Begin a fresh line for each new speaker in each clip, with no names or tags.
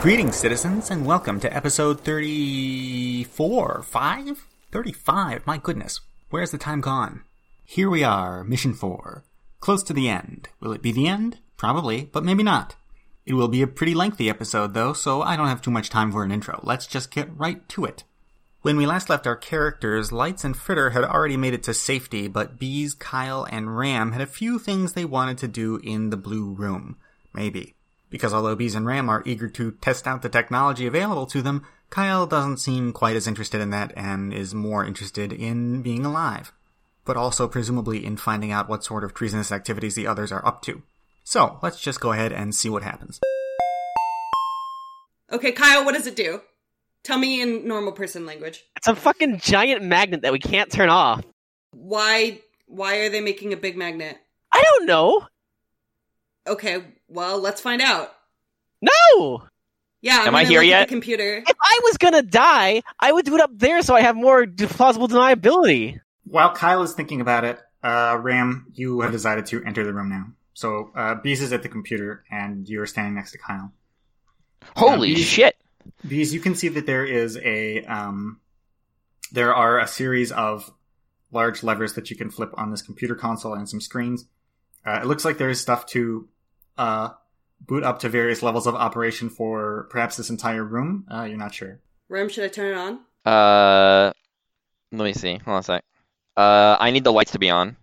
Greetings, citizens, and welcome to episode 34, 5? 35, my goodness. Where's the time gone? Here we are, mission 4. Close to the end. Will it be the end? Probably, but maybe not. It will be a pretty lengthy episode, though, so I don't have too much time for an intro. Let's just get right to it. When we last left our characters, Lights and Fritter had already made it to safety, but Bees, Kyle, and Ram had a few things they wanted to do in the Blue Room. Maybe. Because although Bees and Ram are eager to test out the technology available to them, Kyle doesn't seem quite as interested in that and is more interested in being alive. But also presumably in finding out what sort of treasonous activities the others are up to. So, let's just go ahead and see what happens.
Okay, Kyle, what does it do? Tell me in normal person language.
It's a fucking giant magnet that we can't turn off.
Why why are they making a big magnet?
I don't know.
Okay, well, let's find out.
No!
Yeah, I'm
Am I
gonna
here
look at the
yet?
computer.
If I was gonna die, I would do it up there so I have more d- plausible deniability.
While Kyle is thinking about it, uh, Ram, you have decided to enter the room now. So, uh, Bees is at the computer, and you're standing next to Kyle.
Holy
Yeah, we-
shit!
These you can see that there is a um, there are a series of large levers that you can flip on this computer console and some screens. Uh, it looks like there is stuff to uh, boot up to various levels of operation for perhaps this entire room. Uh, you're not sure.
Room, should I turn it on?
Uh, let me see. Hold on a sec. Uh, I need the lights to be on.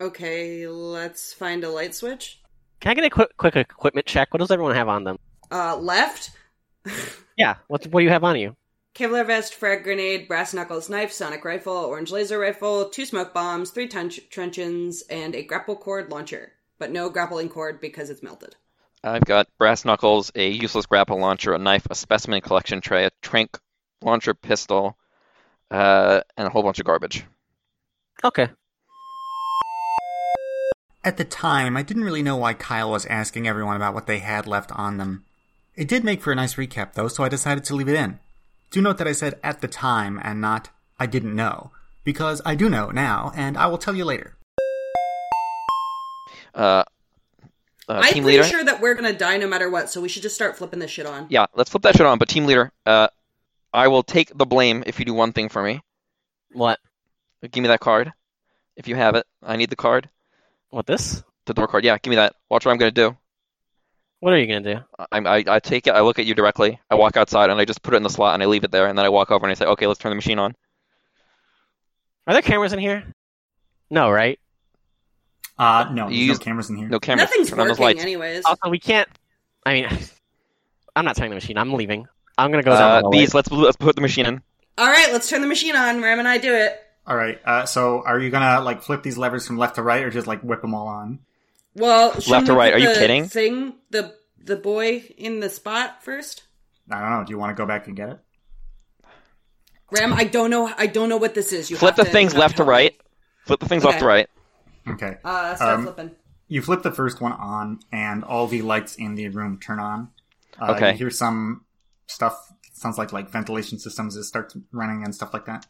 Okay, let's find a light switch.
Can I get a quick, quick equipment check? What does everyone have on them?
Uh left.
Yeah, what, what do you have on you?
Kevlar vest, frag grenade, brass knuckles, knife, sonic rifle, orange laser rifle, two smoke bombs, three trench- truncheons, and a grapple cord launcher. But no grappling cord because it's melted.
I've got brass knuckles, a useless grapple launcher, a knife, a specimen collection tray, a trank launcher pistol, uh, and a whole bunch of garbage.
Okay.
At the time, I didn't really know why Kyle was asking everyone about what they had left on them. It did make for a nice recap, though, so I decided to leave it in. Do note that I said at the time and not I didn't know, because I do know now, and I will tell you later.
Uh, uh
I'm
team
pretty
leader.
sure that we're gonna die no matter what, so we should just start flipping this shit on.
Yeah, let's flip that shit on. But team leader, uh, I will take the blame if you do one thing for me.
What?
Give me that card, if you have it. I need the card,
What this?
the door card. Yeah, give me that. Watch what I'm gonna do.
What are you gonna do?
I, I, I take it, I look at you directly, I walk outside, and I just put it in the slot, and I leave it there, and then I walk over and I say, okay, let's turn the machine on.
Are there cameras in here? No, right?
Uh, no, there's
You
no
use-
cameras in here.
No cameras,
Nothing's
turn on those
working,
lights.
anyways.
Also, we can't. I mean, I'm not turning the machine. I'm leaving. I'm gonna go down. the
Uh,
hallway.
bees, let's, let's put the machine in.
All right, let's turn the machine on. Ram and I do it.
All right. Uh, so, are you gonna like flip these levers from left to right, or just like whip them all on?
Well, shouldn't
to
we
right,
put
are you
the
kidding?
Thing the the boy in the spot first.
I don't know. Do you want to go back and get it?
Ram, I don't know. I don't know what this is. You
Flip
have
the
to-
things
you have
left to
help me.
right. Flip the things left
Okay.
to right.
Okay.
Uh, start
Um,
flipping.
You flip the first one on, and all the lights in the room turn on. Uh,
Okay.
You hear some stuff. Sounds like like ventilation systems that starts running and stuff like that.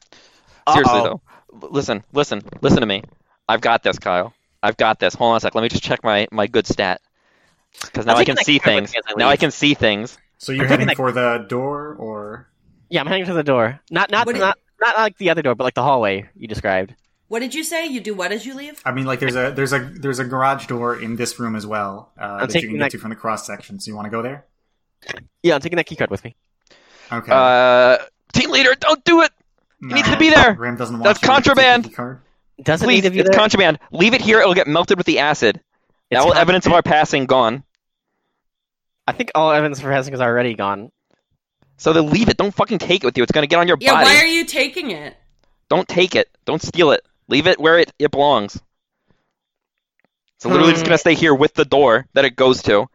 Seriously,
Uh-oh.
though. L- Listen, listen, listen to me. I've got this, Kyle. I've got this. Hold on a sec. Let me just check my, my good stat. Because now
I'm
I can
taking
see
that camera
things.
with me as I
Now I
leave.
can see things.
So you're
I'm
heading
thinking,
for
like-
the door, or
Yeah, I'm heading to the door. Not, not,
What do-
not, not like the other door, but like the hallway you described.
What did you say? You do what as you leave?
I mean, like there's a there's a there's a garage door in this room as well uh, that you
taking
can get
that-
to from the cross section. So you want to go there?
Yeah, I'm taking that keycard with me.
Okay.
Uh, team leader, don't do it!
No.
needs to be there.
Ram doesn't want
That's
you to take the
contraband.
key card.
Does it
Please,
need to be
it's
there?
contraband. Leave it here, it'll get melted with the acid.
It's
Now all
con-
evidence of our passing gone.
I think all evidence for Hessing is already gone.
So then leave it. Don't fucking take it with you. It's gonna get on your
Yeah.
body.
Why are you taking it?
Don't take it. Don't steal it. Leave it where it, it belongs. It's literally just
Hmm.
gonna stay here with the door that it goes to.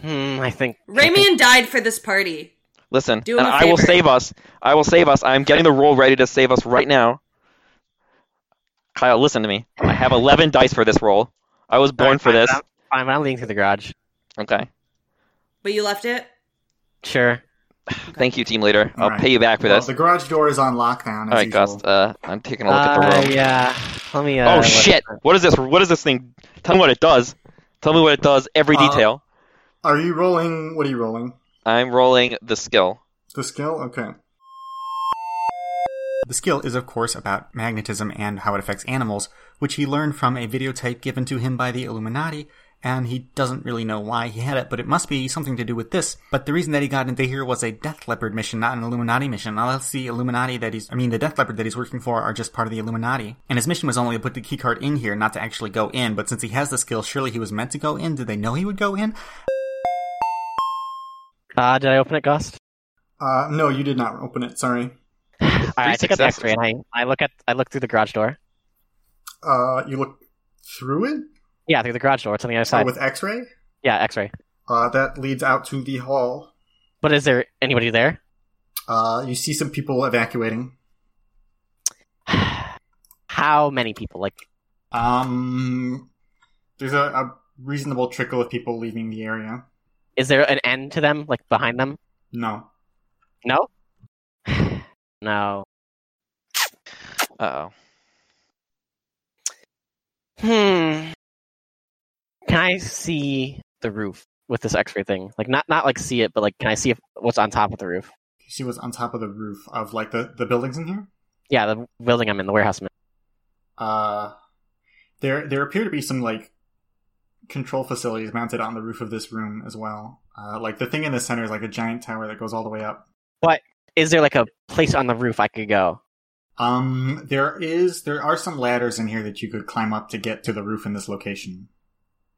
Hmm, I think.
Ramian died for this party.
Listen,
Do him
and
a
I will
favor.
save us. I will save us. I'm getting the roll ready to save us right now. Kyle, listen to me. I have 11 dice for this roll. I was born for this.
I'm, fine, but I'm leading through the garage.
Okay.
But you left it.
Sure.
Thank you, team leader. I'll
Alright.
pay you back for
Well,
this.
the garage door is on lockdown. As
All right,
usual.
Gus. Uh, I'm taking a look at the roll.
Uh, yeah. Let me. Uh,
oh
look.
shit! What is this? What is this thing? Tell me what it does. Tell me what it does. Every
Uh,
detail.
Are you rolling? What are you rolling?
I'm rolling the skill.
The skill? Okay. The skill is, of course, about magnetism and how it affects animals, which he learned from a videotape given to him by the Illuminati, and he doesn't really know why he had it, but it must be something to do with this. But the reason that he got into here was a Death Leopard mission, not an Illuminati mission, unless the Illuminati that he's, I mean, the Death Leopard that he's working for are just part of the Illuminati. And his mission was only to put the keycard in here, not to actually go in, but since he has the skill, surely he was meant to go in. Did they know he would go in?
Uh, did I open it, Gust?
Uh, no, you did not open it. Sorry.
I take it back
successes.
three, and I, I look at I look through the garage door.
Uh, you look through it
Yeah, through the garage door. It's
Oh,
on the other
uh,
side.
with X-ray.
Yeah, X-ray.
Uh, that leads out to the hall.
But is there anybody there?
Uh, you see some people evacuating.
How many people? Like,
Um, there's a, a reasonable trickle of people leaving the area.
is there an end to them? Like behind them?
No.
No. no.
Uh oh.
Hmm. Can I see the roof with this X-ray thing? Like, not not like see it, but like, can I see if, what's on top of the roof?
She was on top of the roof of like the, the buildings in here.
Yeah, the building I'm in, the warehouse I'm in.
Uh, there there appear to be some like control facilities mounted on the roof of this room as well. Uh, like the thing in the center is like a giant tower that goes all the way up.
Is there like a place on the roof I could go?
Um, there is there are some ladders in here that you could climb up to get to the roof in this location.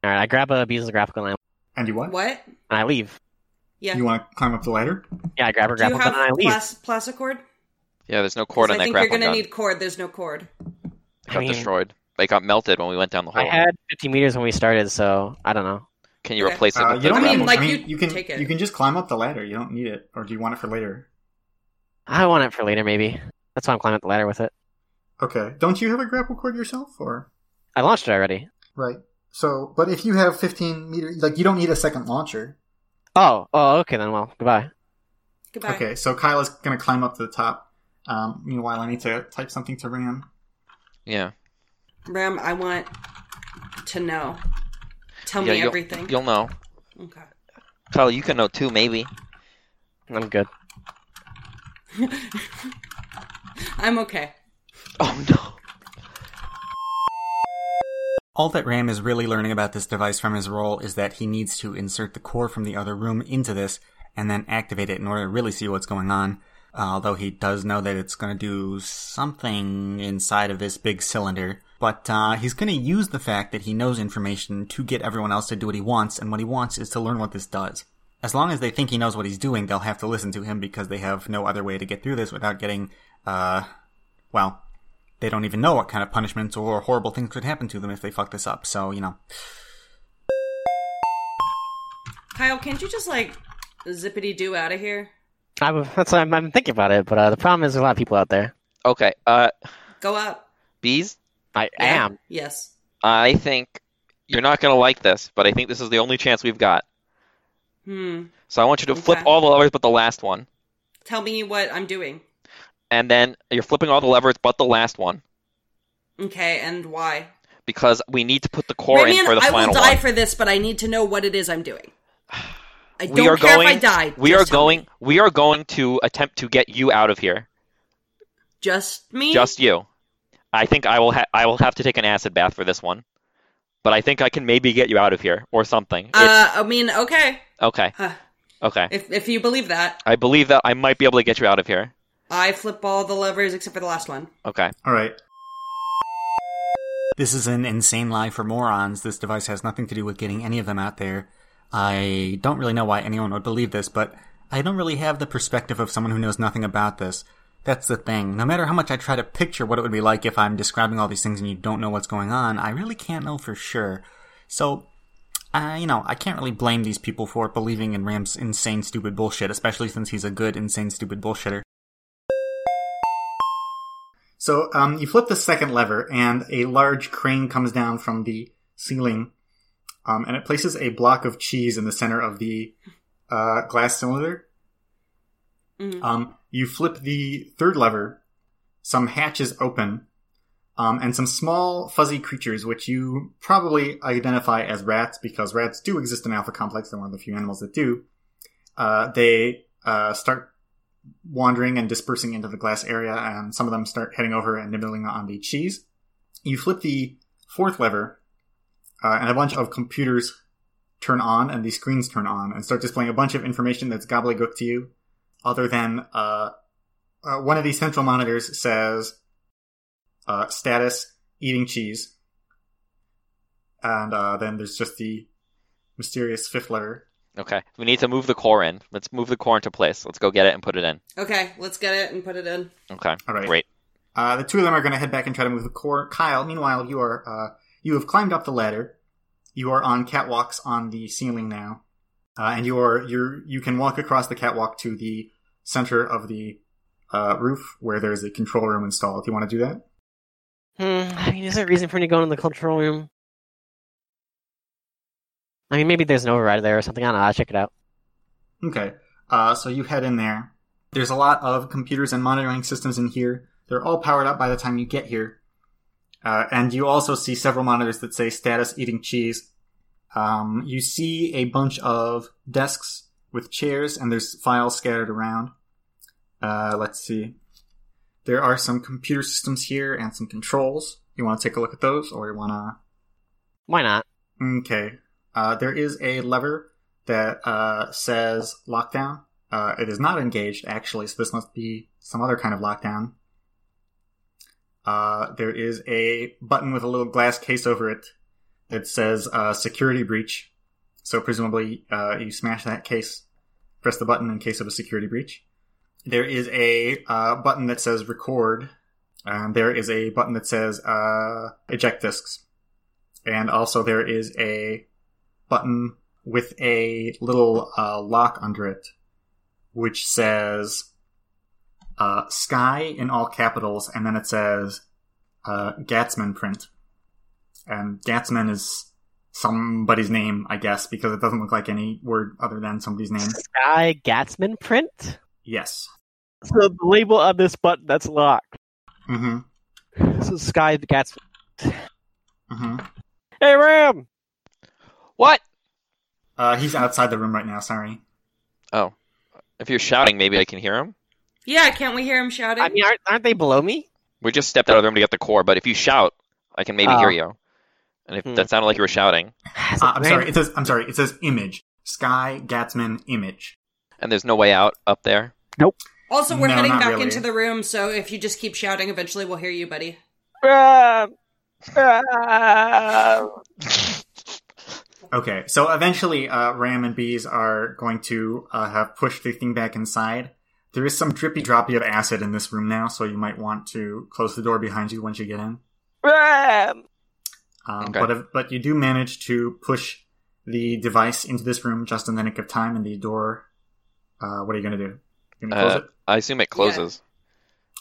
All right, I grab a piece of graphical and
And you what?
What?
I, and I leave.
Yeah.
You want to climb up the ladder?
Yeah, I grab her
Do you
grapple gun
have
and I leave.
plas- plasticord?
Yeah, there's no cord on
I
that
think you're
grappling
gonna
gun.
need cord. There's no cord.
It got
I mean-
destroyed. It got melted when we went down the
I
hole.
had 50 meters when we started, so I don't know.
Can you
Okay.
replace it?
Uh,
with
you
the
don't
I mean,
need-
grappling
like, you
gun?
you can
take it.
you can just climb up the ladder. You don't need it, or do you want it for later?
I want it for later, maybe. That's why I'm climbing up the ladder with it.
Okay. Don't you have a grapple cord yourself, or
I launched it already.
right? So, but if you have 15 meter, like you don't need a second launcher.
Oh, oh, okay then. Well, goodbye.
Goodbye.
Okay. So Kyle is gonna climb up to the top. Um, meanwhile, I need to type something to Ram.
Yeah.
Ram, I want to know. Tell
yeah
me
you'll,
everything.
You'll know.
Okay.
Kyle, you can know too, maybe.
I'm good.
I'm okay.
Oh no.
All that Ram is really learning about this device from his role is that he needs to insert the core from the other room into this and then activate it in order to really see what's going on. Uh, although he does know that it's going to do something inside of this big cylinder. But uh, he's going to use the fact that he knows information to get everyone else to do what he wants, and what he wants is to learn what this does. As long as they think he knows what he's doing, they'll have to listen to him because they have no other way to get through this without getting, uh, well, they don't even know what kind of punishments or horrible things could happen to them if they fuck this up. So, you know.
Kyle, can't you just like zippity doo out of here?
I'm, that's why I'm, I'm thinking about it, but uh, the problem is there's a lot of people out there.
Okay. Uh,
Go up.
bees.
I
Yeah?
am.
Yes.
I think you're not gonna like this, but I think this is the only chance we've got.
Hmm.
So I want you to flip
Okay.
all the levers but the last one,
Tell me what I'm doing.
and then you're flipping all the levers but the last one
Okay, and why?
because we need to put the core in
Rayman,
for the
I
final
will die
one.
for this, but I need to know what it is I'm doing. I
We
don't
are
care
going-
if I die.
we are
just tell me.
going. We are going to attempt to get you out of here.
Just me.
Just you. I think I will. Ha- I will have to take an acid bath for this one, but I think I can maybe get you out of here or something. It's-
Uh, I mean, okay.
okay.
Huh.
Okay.
If if you believe that,
I believe that I might be able to get you out of here.
I flip all the levers except for the last one.
Okay.
All right.
This is an insane lie for morons. This device has nothing to do with getting any of them out there. I don't really know why anyone would believe this, but I don't really have the perspective of someone who knows nothing about this. That's the thing. No matter how much I try to picture what it would be like if I'm describing all these things and you don't know what's going on, I really can't know for sure. So, uh, you know, I can't really blame these people for believing in Ram's insane, stupid bullshit, especially since he's a good, insane, stupid bullshitter.
So um, you flip the second lever, and a large crane comes down from the ceiling, um, and it places a block of cheese in the center of the uh, glass cylinder.
Uh.
Mhm.
Um, you flip the third lever, some hatches open, um, and some small fuzzy creatures, which you probably identify as rats because rats do exist in Alpha Complex. They're one of the few animals that do.
uh, they uh, start wandering and dispersing into the glass area, and some of them start heading over and nibbling on the cheese. You flip the fourth lever, uh, and a bunch of computers turn on, and the screens turn on, and start displaying a bunch of information that's gobbledygook to you, other than uh, uh, one of these central monitors says uh, status eating cheese, and uh, then there's just the mysterious fifth letter.
Okay. We need to move the core in. Let's move the core into place. Let's go get it and put it in.
Okay, let's get it and put it in.
Okay.
All right.
Great.
Uh, the two of them are going to head back and try to move the core. Kyle, meanwhile, you are uh, you have climbed up the ladder. You are on catwalks on the ceiling now, uh, and you are you you can walk across the catwalk to the center of the uh, roof where there is a control room installed. Do you want to do that?
Hmm, I mean, is there a reason for me to go into the control room? I mean, maybe there's an override there or something. I don't know. I'll check it out.
Okay. Uh, so you head in there. There's a lot of computers and monitoring systems in here. They're all powered up by the time you get here. Uh, and you also see several monitors that say status eating cheese. Um, you see a bunch of desks with chairs, and there's files scattered around. Uh, let's see. There are some computer systems here and some controls. You want to take a look at those, or you want to
Why not?
Okay. Uh, there is a lever that uh, says lockdown. Uh, it is not engaged, actually, so this must be some other kind of lockdown. Uh, there is a button with a little glass case over it that says uh, security breach. So, presumably, uh, you smash that case, press the button in case of a security breach. There is a uh, button that says record, and there is a button that says uh, eject disks and also there is a button with a little uh, lock under it, which says uh, "Sky" in all capitals, and then it says uh, Gatsman print, and Gatsman is somebody's name, I guess, because it doesn't look like any word other than somebody's
Hmm.
name.
Sky Gatsman print?
Yes.
So the label on this button that's locked.
Mm-hmm.
So Sky Gatsman.
Mm-hmm.
Hey, Ram!
What?
Uh, he's outside the room right now. Sorry.
Oh. If you're shouting, maybe I can hear him.
Yeah, can't we hear him shouting?
I mean, aren't, aren't they below me?
We just stepped out of the room to get the core, but if you shout, I can maybe
Oh.
hear you. And if
Hmm.
that sounded like you were shouting,
Uh, I'm sorry. It says I'm sorry. It says image. Sky Gatsman image.
and there's no way out up there.
also, we're
No,
heading
not
back
really.
into the room, so if you just keep shouting, eventually we'll hear you, buddy.
Ram! Ram!
Okay, so eventually, uh, Ram and Bees are going to uh, have pushed the thing back inside. There is some drippy droppy of acid in this room now, so you might want to close the door behind you once you get in.
Ram!
Um,
Okay.
But if, but you do manage to push the device into this room just in the nick of time, and the door. Uh, what are you going to do? You gonna close
Uh,
it?
I assume it closes.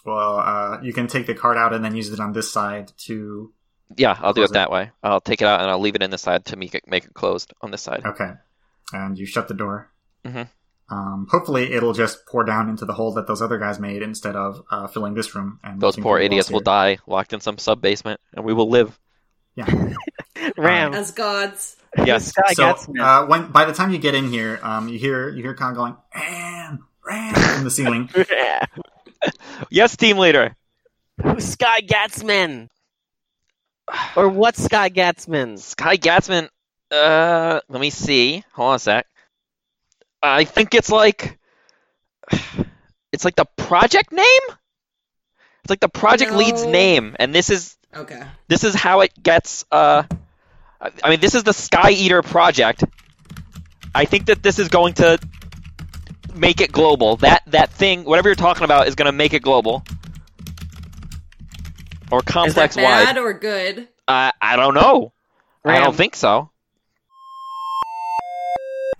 Well, uh, you can take the card out and then use it on this side to.
Yeah, I'll do
Close
it
it.
that way. I'll take it out and I'll leave it in this side to make it make it closed on this side.
Okay, and you shut the door.
Mhm.
Um, hopefully, it'll just pour down into the hole that those other guys made instead of uh, filling this room. And
Those
leaking
poor
through the
idiots
walls
will die locked in some sub basement, and we will live.
here. Yeah. Oh.
Ram!
As gods.
Yes.
Sky
so
Gatsman.
uh, when by the time you get in here, um, you hear you hear Khan going "Ram, Ram" from the ceiling.
Yeah.
Yes, team leader.
Who's Sky Gatsman? Or what's Sky Gatsman?
Sky Gatsman. Uh, let me see. Hold on a sec. I think it's like it's like the project name. It's like the project lead's
No.
name, and this is
Okay.
this is how it gets. Uh, I- I mean, this is the Sky Eater project. I think that this is going to make it global. That that thing, whatever you're talking about, is going to make it global or
Is that
complex
bad
wide.
or good?
I I don't know. I
Ram.
don't think so.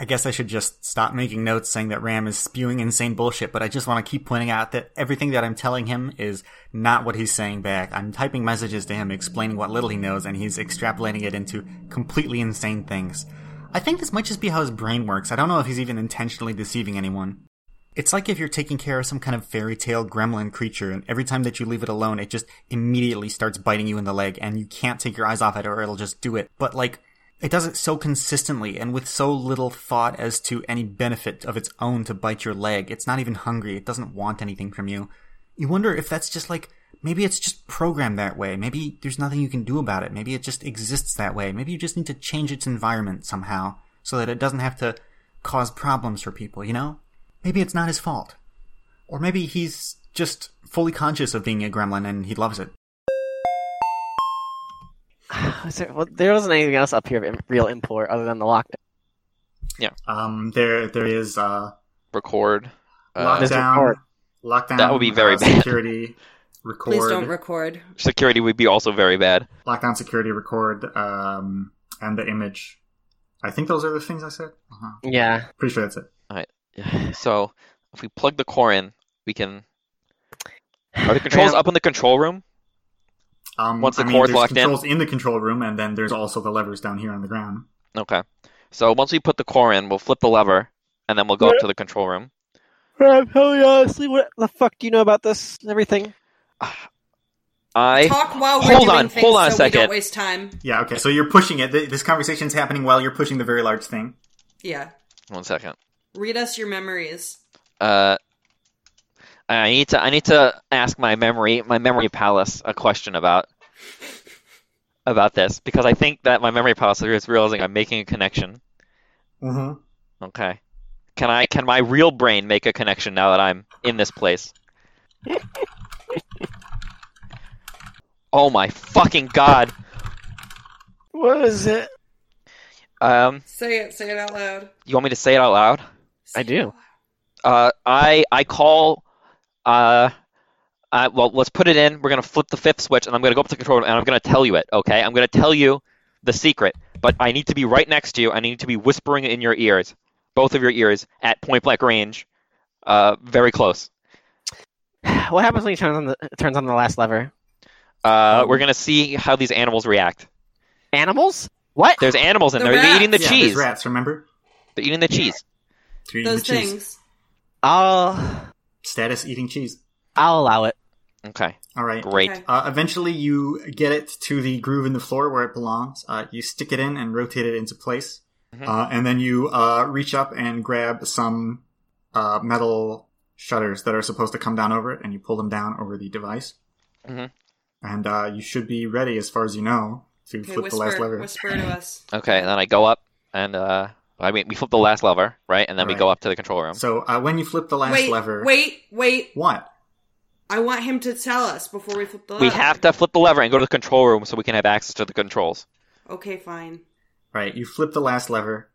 I guess I should just stop making notes saying that Ram is spewing insane bullshit, but I just want to keep pointing out that everything that I'm telling him is not what he's saying back. I'm typing messages to him explaining what little he knows, and he's extrapolating it into completely insane things. I think this might just be how his brain works. I don't know if he's even intentionally deceiving anyone. It's like if you're taking care of some kind of fairy tale gremlin creature, and every time that you leave it alone, it just immediately starts biting you in the leg, and you can't take your eyes off it, or it'll just do it. But like, It does it so consistently and with so little thought as to any benefit of its own to bite your leg. It's not even hungry. It doesn't want anything from you. You wonder if that's just like, maybe it's just programmed that way. Maybe there's nothing you can do about it. Maybe it just exists that way. Maybe you just need to change its environment somehow so that it doesn't have to cause problems for people, you know? Maybe it's not his fault. Or maybe he's just fully conscious of being a gremlin and he loves it.
Is there, well, there wasn't anything else up here of im- real import other than the lockdown.
Um, there there is uh,
Record. Uh,
There's
lockdown.
record.
Lockdown.
That would be very
uh,
bad.
Security. Record.
Please don't record.
security would be also very bad.
lockdown security record um, and the image i think those are the things i said uh-huh.
Yeah.
pretty sure that's it
So if we plug the core in, we can. Are Oh, the controls up in the control room?
um,
Once the
I mean,
cord's
there's
locked in.
controls in the control room and then there's also the levers down here on the ground
Okay. So once we put the core in, we'll flip the lever, and then we'll go up to the control room.
Rob, tell me honestly, what the fuck do you know about this and everything?
I
Talk while we're
Hold
doing
on,
things
hold on a
so we
second.
don't waste time.
yeah okay so you're pushing it Th- this conversation's happening while you're pushing the very large thing
Yeah.
one second.
Read us your memories.
Uh, I need to I need to ask my memory my memory palace a question about about this because I think that my memory palace is realizing I'm making a connection.
mm-hmm.
Okay. Can I can my real brain make a connection now that I'm in this place? oh my fucking god.
What is it?
Um
Say it. Say it out loud.
you want me to say it out loud?
Say
I
it
do.
out loud.
Uh I I call uh uh, well, let's put it in. We're gonna flip the fifth switch, and I'm gonna go up to the control room, and I'm gonna tell you it. Okay, I'm gonna tell you the secret, but I need to be right next to you. I need to be whispering in your ears, both of your ears, at point blank range, uh, very close.
What happens when he turns on the turns on the last lever?
Oh.
Uh, we're gonna see how these animals react.
Animals? What?
There's animals in
The
there. They're eating the
yeah,
cheese.
there's rats remember
They're eating the cheese.
They're eating
Those
the cheese.
things.
I'll
status eating cheese
I'll allow it.
Okay,
all right
great.
Okay.
uh, eventually you get it to the groove in the floor where it belongs uh, you stick it in and rotate it into place
Mhm.
uh, and then you uh, reach up and grab some uh, metal shutters that are supposed to come down over it and you pull them down over the device
Mhm.
and uh, you should be ready as far as you know to
Okay,
flip
whisper,
the last lever
whisper to us.
Okay, and then I go up, and uh, I mean, we flip the last lever, right? And then we
Right.
go up to the control room.
so uh, when you flip the last
wait,
lever
wait, wait.
what
I want him to tell us before we flip the.
we
lever.
have to flip the lever and go to the control room so we can have access to the controls.
Okay, fine.
right you flip the last lever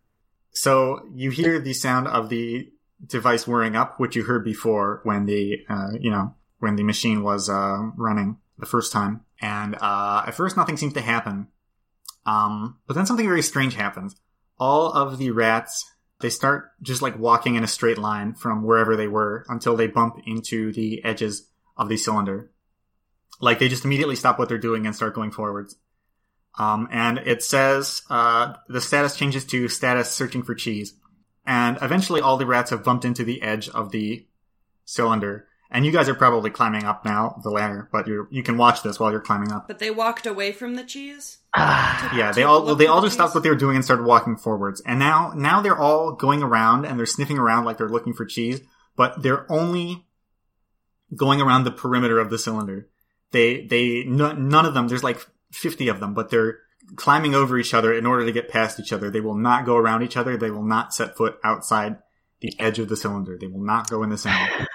so you hear the sound of the device whirring up which you heard before when the uh, you know when the machine was uh, running the first time and uh, at first nothing seems to happen um, but then something very strange happens all of the rats they start just like walking in a straight line from wherever they were until they bump into the edges of the cylinder like they just immediately stop what they're doing and start going forwards um, and it says uh, the status changes to status searching for cheese. And eventually, all the rats have bumped into the edge of the cylinder. And you guys are probably climbing up now the ladder, but you you can watch this while you're climbing up.
But they walked away from the cheese.
Ah,
Yeah, they
To
all
look
they
for
all
the
just stopped
cheese?
what they were doing and started walking forwards. And now now they're all going around and they're sniffing around like they're looking for cheese, but they're only going around the perimeter of the cylinder. They they no, none of them. There's like 50 of them, but they're climbing over each other in order to get past each other. They will not go around each other. They will not set foot outside the edge of the cylinder. They will not go in the center.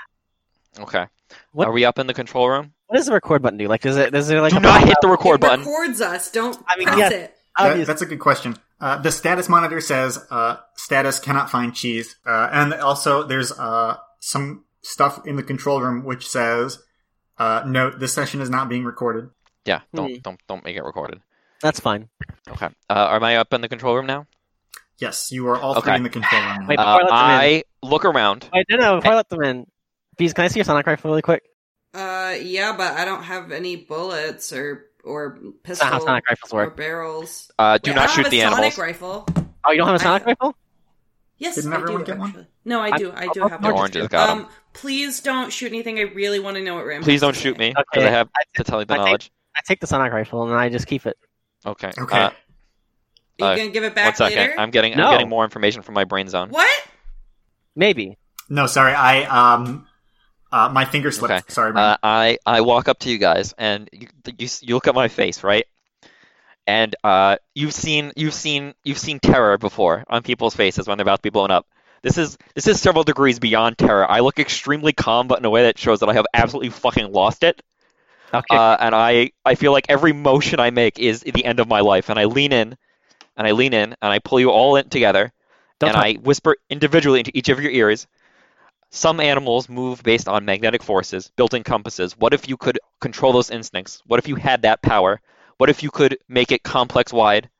Okay.
What-
Are we up in the control room?
what does the record button do? Like, does it? Does it like?
Do
a-
not hit the record
it
button.
records us. Don't
I mean,
press
yes.
it.
That,
obvious-
that's a good question. Uh, the status monitor says uh, status cannot find cheese, uh, and also there's uh, some stuff in the control room which says uh, note this session is not being recorded.
Yeah.
Hmm.
Don't don't don't make it recorded.
That's fine.
Okay. Uh, am I up in the control room now?
Yes, you are
Oh.
all three
Okay.
in the control room.
Wait,
now.
Uh,
before I let them
I look around.
Wait, no, no. Before I let them in, Bees, can I see your sonic rifle really quick?
Uh, yeah, but I don't have any bullets or or
That's not how
pistol
sonic rifles
or
work.
barrels.
Uh, do
Wait, I
not
don't
shoot
have a
the
sonic
animals.
rifle.
Oh, you don't have a
I-
sonic rifle?
Yes,
Didn't
I
everyone
do,
get one?
actually. No, I
I'm-
do. I do
I'll-
have
The
I'll-
one.
orange has got 'em.
um, please don't shoot anything. I really want to know what Ram.
Please
has
don't
to
shoot
say.
me because
Okay.
I have
I,
to tell you the
I think-
knowledge.
I take the sonic rifle and I just keep it.
Okay.
okay,
Uh,
you
Uh,
gonna give it
One
back
second.
later?
I'm getting
No.
I'm getting more information from my brain zone.
What?
Maybe.
No, sorry, I um, uh, my finger slipped.
Okay.
Sorry, Brian.
Uh, I I walk up to you guys and you, you you look at my face, right? And uh, you've seen you've seen you've seen terror before on people's faces when they're about to be blown up. This is this is several degrees beyond terror. I look extremely calm, but in a way that shows that I have absolutely fucking lost it.
Okay.
Uh, and I, I feel like every motion I make is the end of my life. And I lean in, and I lean in, and I pull you all in together,
Don't
and
talk.
I whisper individually into each of your ears. Some animals move based on magnetic forces, built-in compasses. What if you could control those instincts? What if you had that power? What if you could make it complex wide?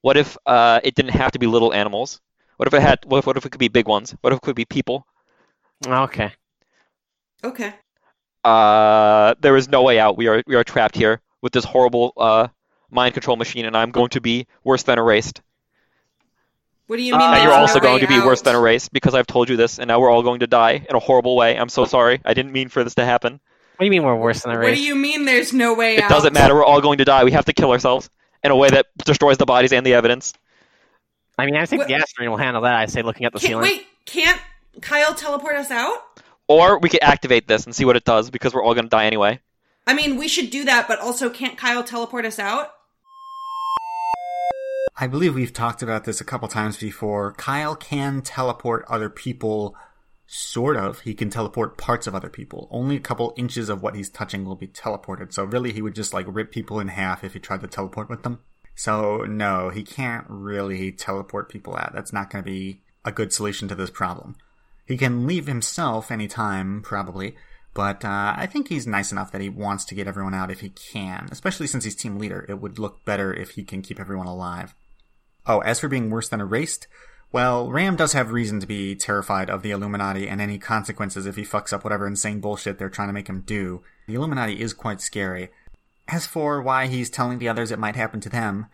What if uh, it didn't have to be little animals? What if it had? What if, what if it could be big ones? What if it could be people?
okay.
Okay.
uh, there is no way out. We are we are trapped here with this horrible uh, mind control machine, and I'm going to be worse than erased.
What do you
Uh,
mean?
And
And
there's
you're
no
also going
way
to be worse
out?
than erased because I've told you this, and now we're all going to die in a horrible way. I'm so sorry. I didn't mean for this to happen.
What do you mean we're worse than a
What
race?
do you mean? There's no way
It
out.
doesn't matter. We're all going to die. We have to kill ourselves in a way that destroys the bodies and the evidence.
I mean, I think
What-
the Astrid will handle that. I say, looking at the
Can't,
ceiling.
wait, can't Kyle teleport us out?
Or we could activate this and see what it does because we're all going to die anyway.
I mean, we should do that, but also, can't Kyle teleport us out?
I believe we've talked about this a couple times before. Kyle can teleport other people, sort of. He can teleport parts of other people. Only a couple inches of what he's touching will be teleported. So really, he would just like rip people in half if he tried to teleport with them. So no, he can't really teleport people out. That's not going to be a good solution to this problem. He can leave himself anytime, probably, but uh, I think he's nice enough that he wants to get everyone out if he can, especially since he's team leader. It would look better if he can keep everyone alive. Oh, as for being worse than erased, well, Ram does have reason to be terrified of the Illuminati and any consequences if he fucks up whatever insane bullshit they're trying to make him do. The Illuminati is quite scary. As for why he's telling the others it might happen to them,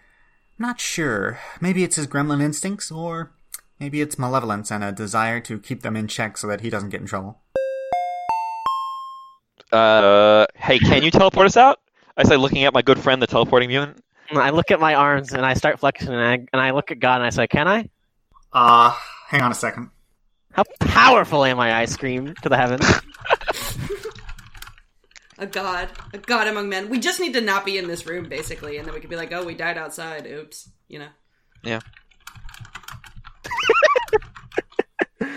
not sure. Maybe it's his gremlin instincts, or maybe it's malevolence and a desire to keep them in check so that he doesn't get in trouble.
Uh, hey, can you teleport us out? I say, looking at my good friend, the teleporting mutant.
I look at my arms and I start flexing, and I, and I look at God and I say, "Can I?
Uh, hang on a second.
How powerful am I?" I scream to the heavens.
A god, a god among men. We just need to not be in this room, basically, and then we could be like, oh, we died outside. Oops. You know.
Just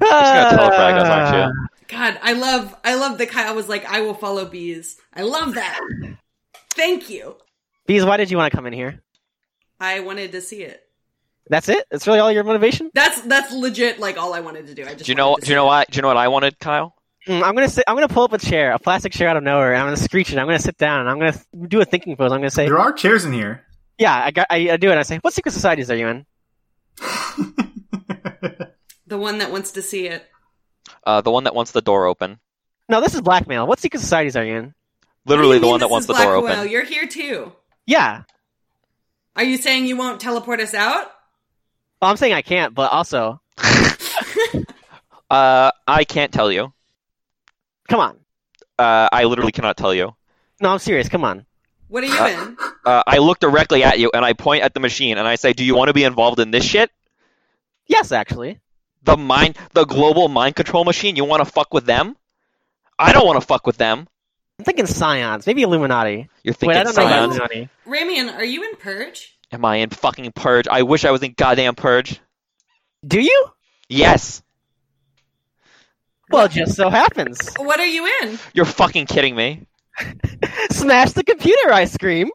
gonna teleprag us, aren't
Uh,
you?
God, I love, I love that Kyle was like, I will follow bees. I love that. Thank you.
Bees, why did you want to come in here?
I wanted to see it.
That's it. That's really all your motivation.
That's that's legit. Like all I wanted to do. I just
Do you know?
wanted to
Do you
see
know
it.
why? Do you know what I wanted, Kyle?
Mm, I'm gonna sit, I'm gonna pull up a chair, a plastic chair out of nowhere, and I'm gonna screech it. I'm gonna sit down and I'm gonna th- do a thinking pose. I'm gonna say,
There are chairs in here.
"Yeah, I got, I, I do it." I say, "What secret societies are you in?"
the one that wants to see it?
Uh, the one that wants the door open.
No, this is blackmail. What secret societies are you in?
What
Literally
do
the
you mean
one that
this
wants
is
the
Black
door
Widow?
open.
You're here too.
Yeah.
Are you saying you won't teleport us out?
Well, I'm saying I can't, but also,
Uh, I can't tell you.
come on.
Uh, I literally cannot tell you.
No, I'm serious. Come on.
What are you in?
Uh, I look directly at you and I point at the machine and I say, "Do you want to be involved in this shit?
Yes, actually.
The mind, the global mind control machine. You want to fuck with them? I don't want to fuck with them.
I'm thinking scions, maybe Illuminati.
You're
Wait,
thinking
I don't know about
scions.
Illuminati.
Ramian, are you in Purge?
Am I in fucking purge? I wish I was in goddamn purge.
Do you?
Yes.
Well, it just so happens.
What are you in?
You're fucking kidding me.
Smash the computer! I scream.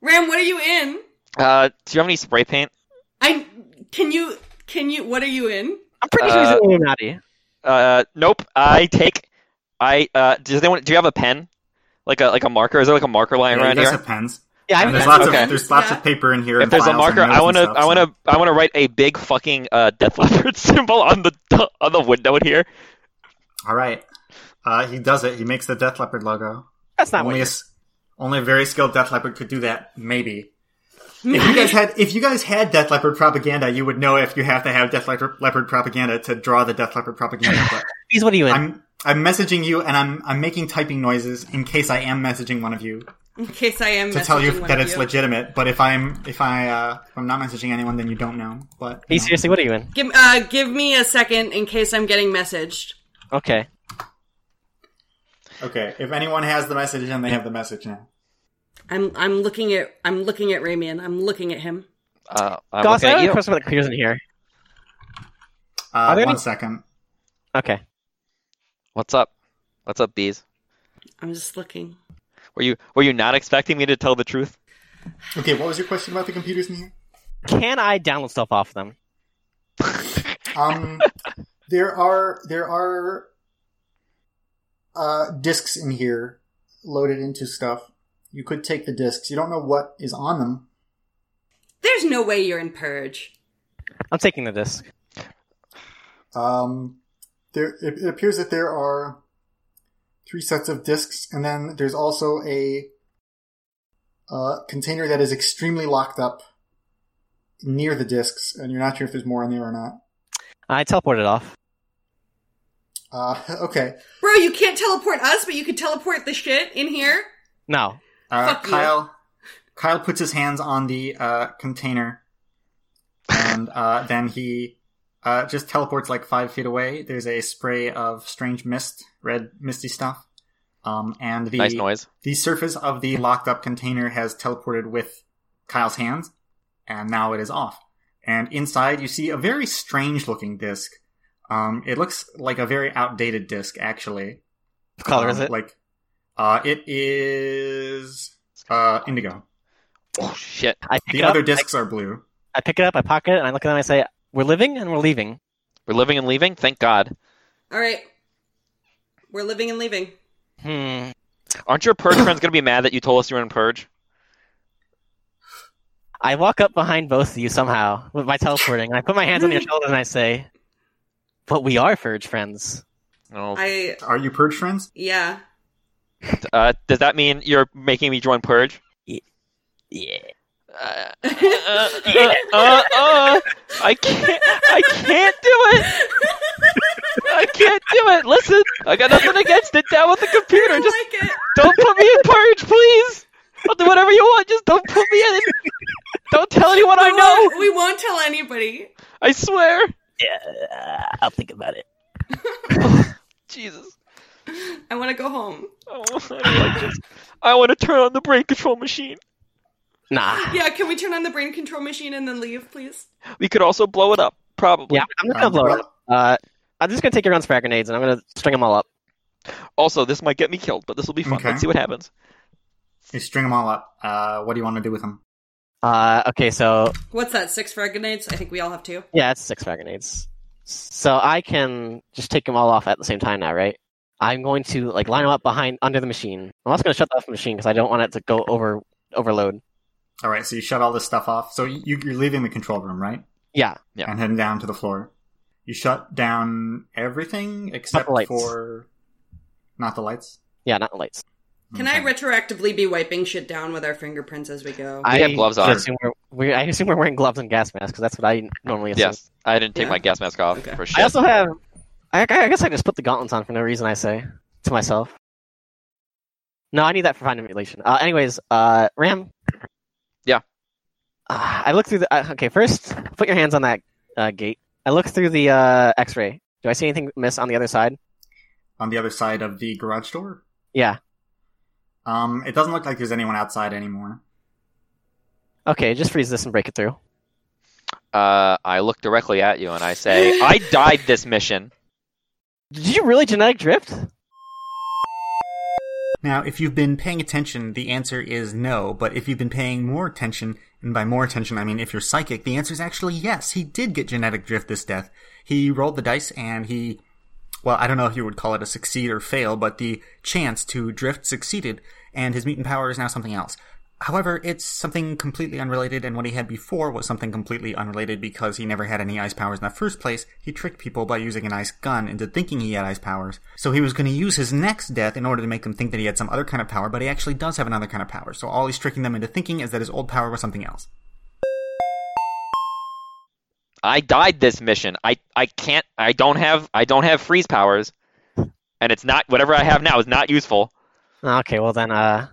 Ram, what are you in?
Uh, do you have any spray paint?
I can you can you what are you in?
I'm pretty sure
Uh,
he's Illuminati.
Uh, nope. I take. I uh. Does anyone? Do you have a pen? Like a like a marker? Is there like a marker lying
yeah, you
around
guys
here?
have pens.
Yeah,
And
I'm
there's
got-
lots
okay.
of there's lots
Yeah.
of paper in here.
If
and
there's a
files and
marker, I
notes
want
and
to,
stuff,
I
so-
want to, I want to write a big fucking uh, death leopard symbol on the on the window in here.
All right. Uh, he does it. He makes the Death Leopard logo.
That's not what.
only a,
you're-
s- only a very skilled Death Leopard could do that. Maybe. If you guys had if you guys had Death Leopard propaganda, you would know if you have to have Death Leopard, Leopard propaganda to draw the Death Leopard propaganda. But
Bees, what are you in?
I'm I'm messaging you and I'm I'm making typing noises in case I am messaging one of you.
In case I am
to tell you
messaging one
that
of
it's
you.
legitimate. But if I'm if I uh, if I'm not messaging anyone, then you don't know. But
Hey,
you know.
seriously, what are you in?
Give, uh, give me a second in case I'm getting messaged.
Okay.
okay, if anyone has the message, then they have the message now.
I'm I'm looking at I'm looking at Ramian. I'm looking at him.
Uh, I'm
Goss, I
looking
have
at
a
you.
question about the clears in here.
Uh,
there
one
any-
second.
Okay.
What's up? What's up, bees?
I'm just looking.
Were you were you not expecting me to tell the truth?
Okay, what was your question about the computers in here?
Can I download stuff off them?
Um, there are there are uh, discs in here loaded into stuff. You could take the discs. You don't know what is on them.
There's no way you're in purge.
I'm taking the disc.
Um, there it, it appears that there are three sets of discs, and then there's also a uh, container that is extremely locked up near the discs, and you're not sure if there's more in there or not.
I teleported off.
Uh, okay.
Bro, you can't teleport us, but you can teleport the shit in here.
No.
Uh,
Fuck you.
Kyle, Kyle puts his hands on the uh, container, and uh, then he uh, just teleports like five feet away. There's a spray of strange mist, red misty stuff, um, and the
nice noise.
the surface of the locked up container has teleported with Kyle's hands, and now it is off. And inside, you see a very strange looking disc. Um, it looks like a very outdated disc, actually.
What color
Um,
is it?
Like, uh, it is uh, indigo.
Oh shit!
I pick
The
it up.
other discs are blue.
I pick it up. I pocket it, and I look at them. and I say, "We're living and we're leaving."
We're living and leaving. Thank God.
All right, we're living and leaving.
Hmm.
Aren't your purge friends gonna be mad that you told us you were in purge?
I walk up behind both of you somehow with my teleporting, and I put my hands on your shoulders, and I say, "But we are Purge friends."
No.
I
Are you purge friends?
yeah.
Uh, does that mean you're making me join purge?
Yeah.
Uh, uh, uh, uh, uh, I can't. I can't do it. I can't do it. Listen, I got nothing against it. Down with the computer.
I
Just
like it.
don't put me in purge, please. I'll do whatever you want. Just don't put me in. Don't tell anyone I
We
know.
won't- We won't tell anybody.
I swear.
Yeah. I'll think about it.
Jesus.
I want to go home.
Oh, I, like this. I want to turn on the brain control machine.
Nah.
Yeah, can we turn on the brain control machine and then leave, please?
We could also blow it up, probably.
Yeah. I'm not gonna
Um,
blow it
well,
up. Uh, I'm just gonna take your guns for our grenades, and I'm gonna string them all up.
Also, this might get me killed, but this will be fun.
Okay.
Let's see what happens.
You string them all up. Uh, what do you want to do with them?
Uh, okay, so
What's that? Six frag grenades? I think we all have two.
yeah, it's six frag grenades. So I can just take them all off at the same time now, right? I'm going to like line them up behind under the machine. I'm also going to shut off the machine because I don't want it to go over overload.
All right, so you shut all this stuff off. So you, you're leaving the control room, right?
Yeah,
Yeah.
and heading down to the floor. You shut down everything except
the lights.
for not the lights.
yeah, not the lights.
Can I retroactively be wiping shit down with our fingerprints as we go?
I
have gloves on.
Assume we're, we I assume we're wearing gloves and gas masks because that's what I normally assume.
Yes, I didn't take
Yeah.
my gas mask off
Okay.
for
I
shit.
also have. I, I guess I just put the gauntlets on for no reason. I say to myself. No, I need that for fine emulation. Uh, anyways, uh, Ram.
Yeah.
Uh, I look through the. Uh, okay, first, put your hands on that uh, gate. I look through the uh, X-ray. Do I see anything miss on the other side?
On the other side of the garage door.
Yeah.
Um, it doesn't look like there's anyone outside anymore.
Okay, just freeze this and break it through.
Uh, I look directly at you and I say, I died this mission.
Did you really genetic drift?
Now, if you've been paying attention, the answer is no, but if you've been paying more attention, and by more attention I mean if you're psychic, the answer is actually yes. He did get genetic drift this death. He rolled the dice and he, well, I don't know if you would call it a succeed or fail, but the chance to drift succeeded, and his mutant power is now something else. However, it's something completely unrelated, and what he had before was something completely unrelated because he never had any ice powers in the first place. He tricked people by using an ice gun into thinking he had ice powers. So he was going to use his next death in order to make them think that he had some other kind of power, but he actually does have another kind of power. So all he's tricking them into thinking is that his old power was something else.
I died this mission. I, I can't. I don't have. I don't have freeze powers, and it's not whatever I have now is not useful.
Okay, well then, uh,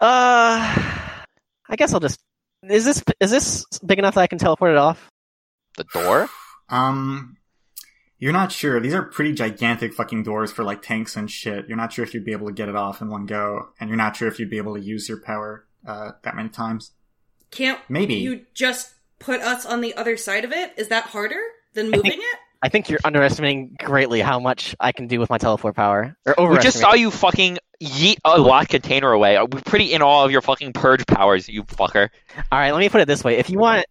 Uh, I guess I'll just. Is this is this big enough that I can teleport it off?
The door?
Um, you're not sure. These are pretty gigantic fucking doors for like tanks and shit. You're not sure if you'd be able to get it off in one go, and you're not sure if you'd be able to use your power uh, that many times.
Can't
Maybe.
you just put us on the other side of it? Is that harder than moving it?
I think you're underestimating greatly how much I can do with my teleport power. Or
We just saw
overestimating.
you fucking yeet a locked container away. Uh, We're pretty in awe of your fucking purge powers, you fucker.
All right, let me put it this way: if you want,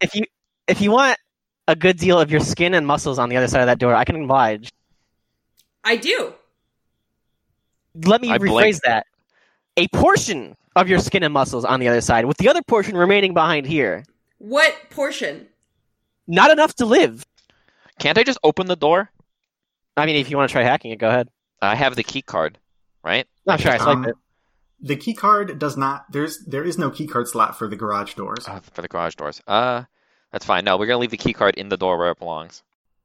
if you if you want a good deal of your skin and muscles on the other side of that door, I can oblige.
I do.
Let me
I
rephrase
blinked.
that: a portion of your skin and muscles on the other side, with the other portion remaining behind here.
What portion?
Not enough to live.
Can't I just open the door?
I mean, if you want to try hacking it, go ahead.
I have the key card, right?
Not sure I
Um,
like it.
The key card does not. There's there is no key card slot for the garage doors.
Oh, for the garage doors. Uh, that's fine. No, we're gonna leave the key card in the door where it belongs.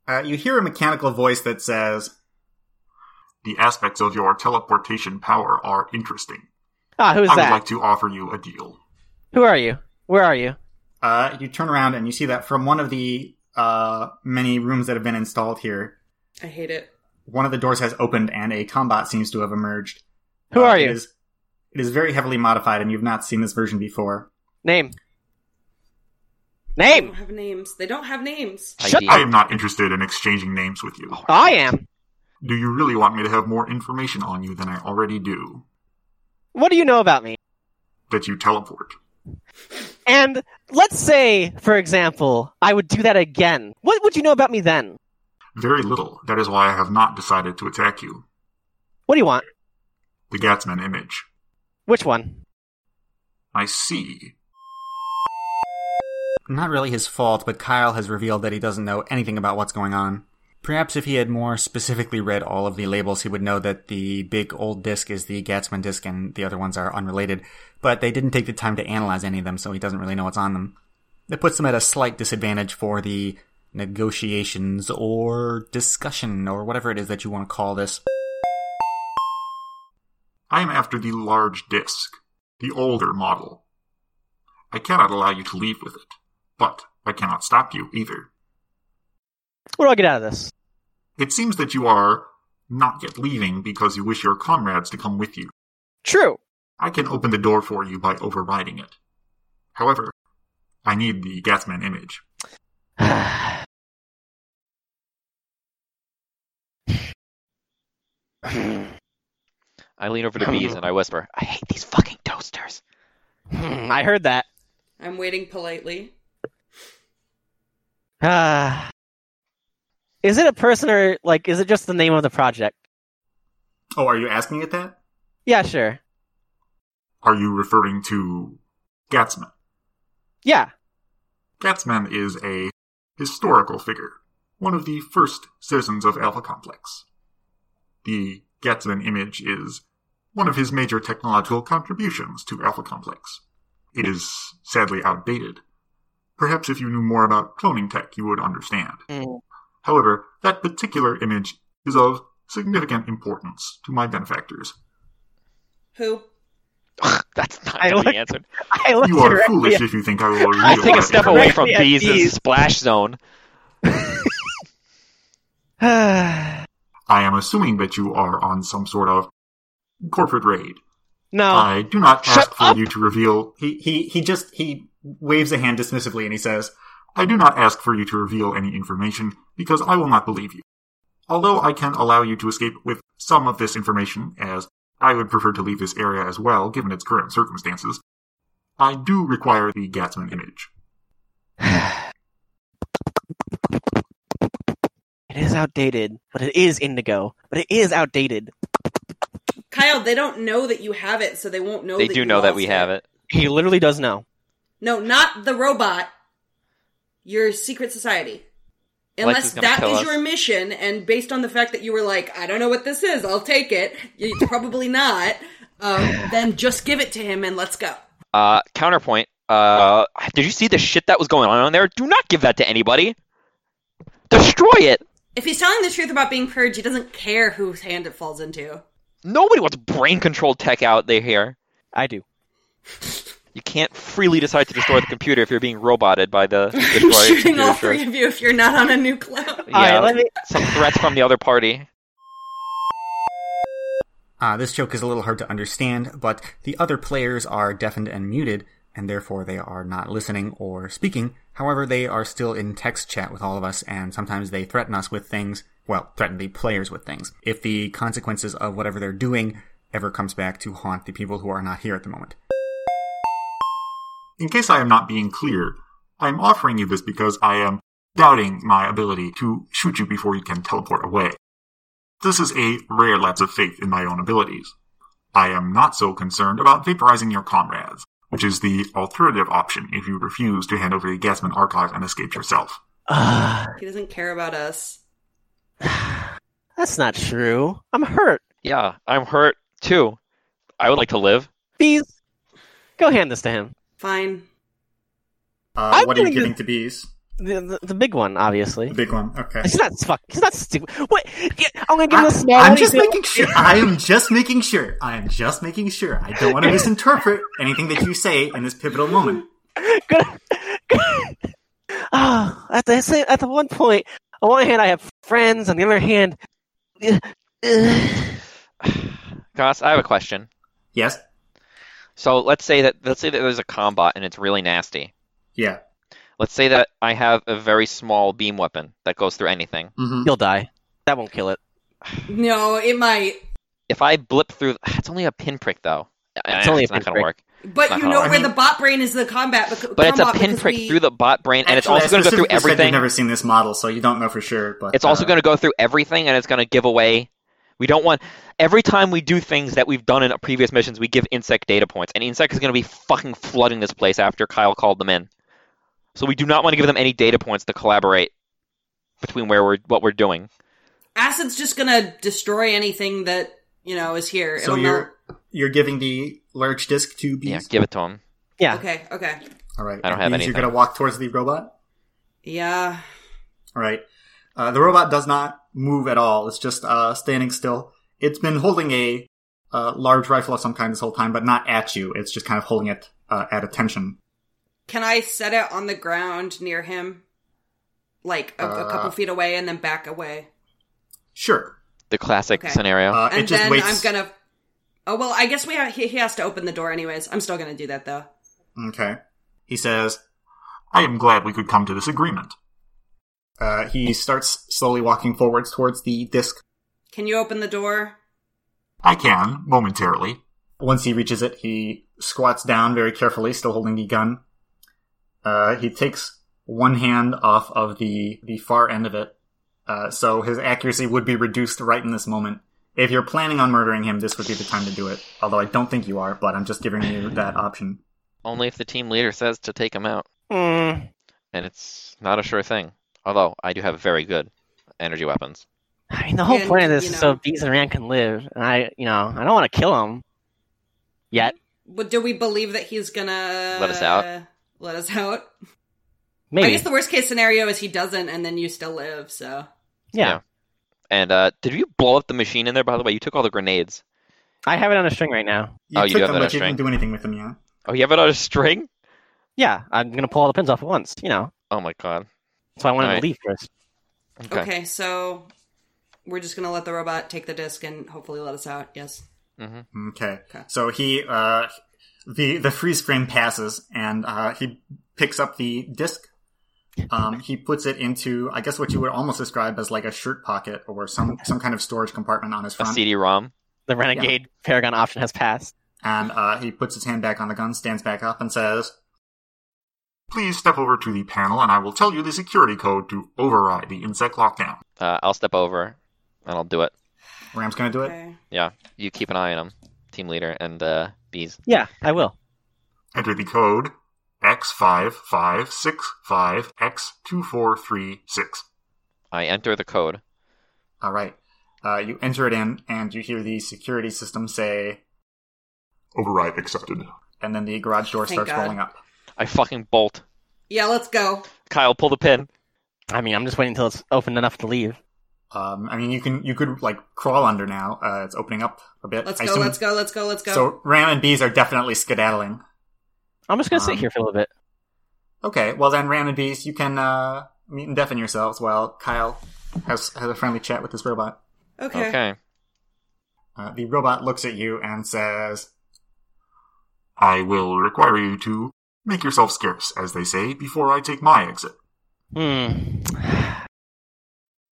Uh, you hear a mechanical voice that says,
The aspects of your teleportation power are interesting.
Ah, who's
I
that?
would like to offer you a deal.
Who are you? Where are you?
Uh, you turn around and you see that from one of the uh, many rooms that have been installed here,
I hate it.
one of the doors has opened and a combat seems to have emerged.
Who
Uh,
are
It
you?
is, it is very heavily modified, and you've not seen this version before.
Name.
They don't
Name.
have names. They don't have names.
Shut
ID.
I am not interested in exchanging names with you.
I am.
Do you really want me to have more information on you than I already do?
What do you know about me?
That you teleport.
And let's say, for example, I would do that again. What would you know about me then?
Very little. That is why I have not decided to attack you.
What do you want?
The Gatsman image.
Which one?
I see.
Not really his fault, but Kyle has revealed that he doesn't know anything about what's going on. Perhaps if he had more specifically read all of the labels, he would know that the big old disc is the Gatsman disc and the other ones are unrelated, but they didn't take the time to analyze any of them, so he doesn't really know what's on them. That puts him at a slight disadvantage for the negotiations or discussion or whatever it is that you want to call this.
I am after the large disc, the older model. I cannot allow you to leave with it, but I cannot stop you either.
What do I get out of this?
It seems that you are not yet leaving because you wish your comrades to come with you.
True.
I can open the door for you by overriding it. However, I need the Gatsman image.
Hmm,
I lean over to bees and I whisper, "I hate these fucking toasters."
Hmm, I heard that.
I'm waiting politely.
Ah. is it a person or like is it just the name of the project?
Oh, are you asking it that?
Yeah, sure.
Are you referring to Gatsman?
Yeah.
Gatsman is a historical figure, one of the first citizens of Alpha Complex. The Gatsman image is one of his major technological contributions to Alpha Complex. It is sadly outdated. Perhaps if you knew more about cloning tech, you would understand.
Hmm.
Mm.
However, that particular image is of significant importance to my benefactors.
Who?
That's not
I
gonna
look-
be answered.
I looked
You are
directly
foolish
at-
if you think I will
I
I
reveal
take a
that
step
information.
away from
Yeah,
bees'
bees.
splash zone.
I am assuming that you are on some sort of corporate raid.
no.
I do not
Ah. Shut
ask for
up!
you to reveal.
He he he just he waves a hand dismissively, and he says,
I do not ask for you to reveal any information because I will not believe you. Although I can allow you to escape with some of this information, as I would prefer to leave this area as well, given its current circumstances. I do require the Gatsman image.
It is outdated, but it is indigo. But it is outdated.
Kyle, they don't know that you have it, so they won't know
They
that
do
you
know that
lost
we have it.
He literally does know.
No, not the robot. Your secret society.
Lex is
Unless
gonna
that
kill
is
us.
your mission, and based on the fact that you were like, I don't know what this is, I'll take it. It's probably not. Um, then just give it to him and let's go.
Uh, counterpoint. Uh, did you see the shit that was going on there? Do not give that to anybody. Destroy it.
If he's telling the truth about being purged, he doesn't care whose hand it falls into.
Nobody wants brain controlled tech out there here.
I do.
You can't freely decide to destroy the computer if you're being roboted by the destroyer.
shooting
computer
all
destroyer.
three of you if you're not on a new cloud.
Yeah, some threats from the other party.
Uh, this joke is a little hard to understand, but the other players are deafened and muted, and therefore they are not listening or speaking. However, they are still in text chat with all of us, and sometimes they threaten us with things, well, threaten the players with things, if the consequences of whatever they're doing ever comes back to haunt the people who are not here at the moment.
In case I am not being clear, I am offering you this because I am doubting my ability to shoot you before you can teleport away. This is a rare lapse of faith in my own abilities. I am not so concerned about vaporizing your comrades, which is the alternative option if you refuse to hand over the Gasman archive and escape yourself.
Ah,
He doesn't care about us.
that's not true. I'm hurt.
Yeah, I'm hurt too. I would like to live.
Bees, go hand this to him.
Fine.
Uh,
I'm
what are you
gonna
giving
use-
to bees?
The, the, the big one, obviously.
The big one. Okay.
He's not fuck. He's not stupid. What? Yeah, I'm gonna give him
I-
a small.
I'm
one,
just
he's gonna-
making sure. I am just making sure. I am just making sure. I don't want to misinterpret anything that you say in this pivotal moment.
good. good. Oh, at the same, at the one point, on one hand I have friends, on the other hand, eh, eh.
Goss, I have a question.
Yes.
So let's say that let's say that there's a combat and it's really nasty.
Yeah.
Let's say that I have a very small beam weapon that goes through anything.
Mm-hmm.
you'll die. That won't kill it.
No, it might.
If I blip through, it's only a pinprick though.
It's only a
not gonna
pinprick.
work.
But
Not
you
at
know
all.
where
I mean-
the bot brain is the combat. Bec-
But it's a
combat because
pinprick
we-
through the bot brain, and it's
Actually,
also going to go through
I specifically said You've
everything.
never seen this model, so you don't know for sure. But
It's also
uh,
going to go through everything, and it's going to give away. We don't want every time we do things that we've done in previous missions, we give insect data points, and insect is going to be fucking flooding this place after Kyle called them in. So we do not want to give them any data points to collaborate between where we're what we're doing.
Acid's just gonna destroy anything that you know is here.
So
It'll melt.
you're you're giving the lurch disc to bees.
Yeah, give it to them.
Yeah,
Okay. Okay.
All right.
I don't have
bees,
anything.
You're going to walk towards the robot.
Yeah.
All right. Uh, the robot does not move at all. It's just uh, standing still. It's been holding a uh, large rifle of some kind this whole time, but not at you. It's just kind of holding it uh, at attention.
Can I set it on the ground near him, like a, a couple
Uh,
feet away, and then back away?
Sure.
The classic
Okay.
scenario.
Uh, it
and
just
then
waits.
I'm gonna. Oh well, I guess we ha- he, he has to open the door anyways. I'm still gonna do that though.
Okay. He says,
I am glad we could come to this agreement.
uh, he starts slowly walking forwards towards the disc.
Can you open the door?
I can, momentarily.
Once he reaches it, he squats down very carefully, still holding the gun. Uh, he takes one hand off of the, the far end of it, uh, so his accuracy would be reduced right in this moment. If you're planning on murdering him, this would be the time to do it. Although I don't think you are, but I'm just giving you that option.
Only if the team leader says to take him out,
Mm,
and it's not a sure thing. Although I do have very good energy weapons.
I mean the whole
And,
point of this
you
is
know.
so bees and Rand can live, and I, you know, I don't want to kill him yet.
But do we believe that he's gonna
Let us out?
Let us out. I
Maybe.
guess the worst case scenario is he doesn't, and then you still live. So
yeah.
Yeah. And uh, did you blow up the machine in there? By the way, you took all the grenades.
I have it on a string right now.
You
Oh, you
took
do have
them,
that
but you
restraint.
didn't do anything with them, yeah.
Oh, you have it on a string?
Yeah, I'm gonna pull all the pins off at once. You know,
Oh my god.
that's why I wanted
Alright.
to leave first.
Okay.
okay. so we're just gonna let the robot take the disc and hopefully let us out. Yes.
Okay.
Okay.
So he uh the the freeze frame passes and uh he picks up the disc. Um he puts it into I guess what you would almost describe as like a shirt pocket or some some kind of storage compartment on his
A
front.
CD-ROM.
The renegade paragon option has passed.
And uh he puts his hand back on the gun, stands back up and says,
Please step over to the panel and I will tell you the security code to override the insect lockdown.
Uh, I'll step over, and I'll do it.
Ram's gonna do it.
Okay.
You keep an eye on him, team leader, and uh, bees.
Yeah, I will.
Enter the code X5565X2436.
I enter the code.
Alright. Uh you enter it in and you hear the security system say
Override accepted.
and then the garage door
Thank
starts
God.
rolling up.
I fucking bolt.
Yeah, let's go.
Kyle, pull the pin.
I mean, I'm just waiting until it's open enough to leave.
Um I mean you can you could like crawl under now. Uh it's opening up a bit.
Let's
I
go.
assume-
Let's go. Let's go. Let's go.
So Ram and Bees are definitely skedaddling.
I'm just gonna sit
Um,
here for a little bit.
Okay, well then, Ram and Beast, you can uh, mute and deafen yourselves while Kyle has, has a friendly chat with this robot.
Okay.
Okay.
Uh, the robot looks at you and says,
I will require you to make yourself scarce, as they say, before I take my exit.
Hmm.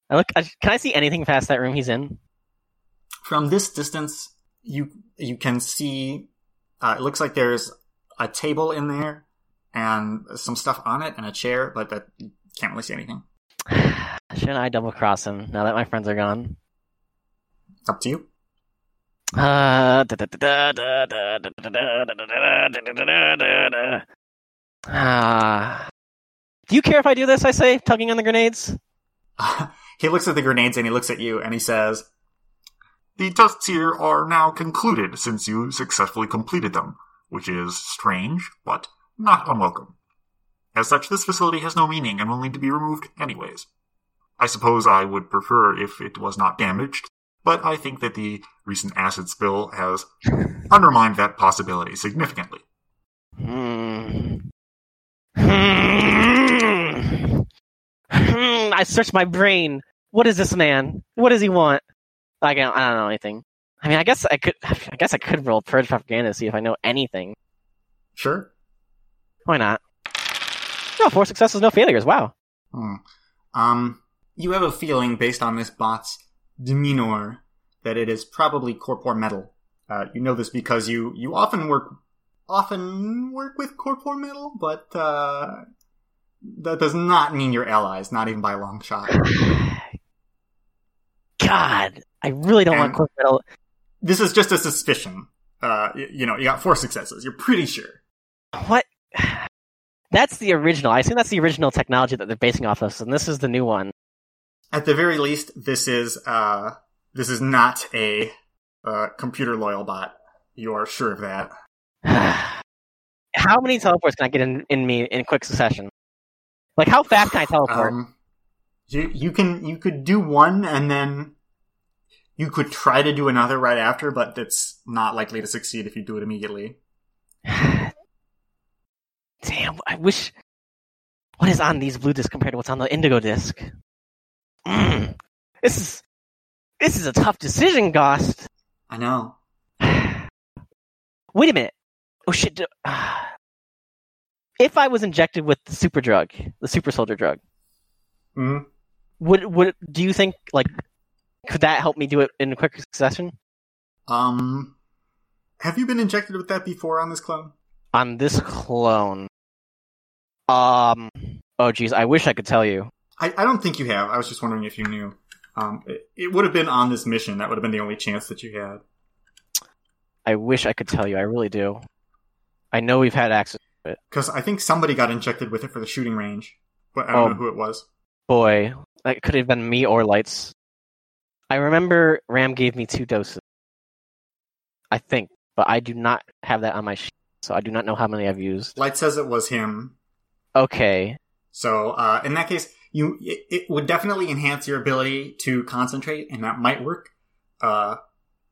I look. I, can I see anything past that room he's in?
from this distance, you you can see. Uh, it looks like there's a table in there and some stuff on it and a chair, but that you can't really see anything.
Shouldn't I double cross him now that my friends are gone?
It's up to you.
Uh, da- da- da- da- da- da- da- da- da- da- da- da- da- da- da- da- da. Ah. Do you care if I do this? I say, tugging on the grenades.
he looks at the grenades and he looks at you and he says,
The tests here are now concluded since you successfully completed them, which is strange, but not unwelcome. As such, this facility has no meaning and will need to be removed anyways. I suppose I would prefer if it was not damaged, but I think that the recent acid spill has undermined that possibility significantly.
Hmm. Hmm. Hmm. I search my brain. What is this man? What does he want? I don't, I don't know anything. I mean, I guess I could. I guess I could roll purge propaganda to see if I know anything.
"Sure."
Why not? No, four successes, no failures. Wow.
Hmm. Um, you have a feeling based on this bot's demeanor that it is probably corpor metal. Uh, you know this because you you often work often work with corpor metal, but uh, that does not mean you're allies, not even by a long shot.
God, I really don't want
And-
cork metal.
this is just a suspicion. Uh, y- you know, you got four successes. You're pretty sure.
What? That's the original. I assume that's the original technology that they're basing off of, and this is the new one.
At the very least, this is uh, this is not a uh, computer loyal bot. You are sure of that.
How many teleports can I get in, in me in quick succession? Like, how fast can I teleport?
Um, you you can you could do one and then you could try to do another right after, but that's not likely to succeed if you do it immediately.
Damn, I wish. What is on these blue discs compared to what's on the indigo disc? Mm. This is this is a tough decision, Gost.
I know.
Wait a minute. Oh shit. do- If I was injected with the super drug, the super soldier drug,
Mhm.
would would do you think like could that help me do it in quick succession
Um, have you been injected with that before on this clone?
on this clone? Um. Oh geez, I wish I could tell you.
I, I don't think you have. I was just wondering if you knew. Um, it, it would have been on this mission. That would have been the only chance that you had.
I wish I could tell you. I really do. I know we've had access.
Because I think somebody got injected with it for the shooting range, but I don't know
Oh.
who it was.
Boy, that could have been me or lights. I remember Ram gave me two doses. I think, but I do not have that on my sheet, so I do not know how many I've used.
Light says it was him.
Okay.
So uh, in that case, you it, it would definitely enhance your ability to concentrate, and that might work. Uh,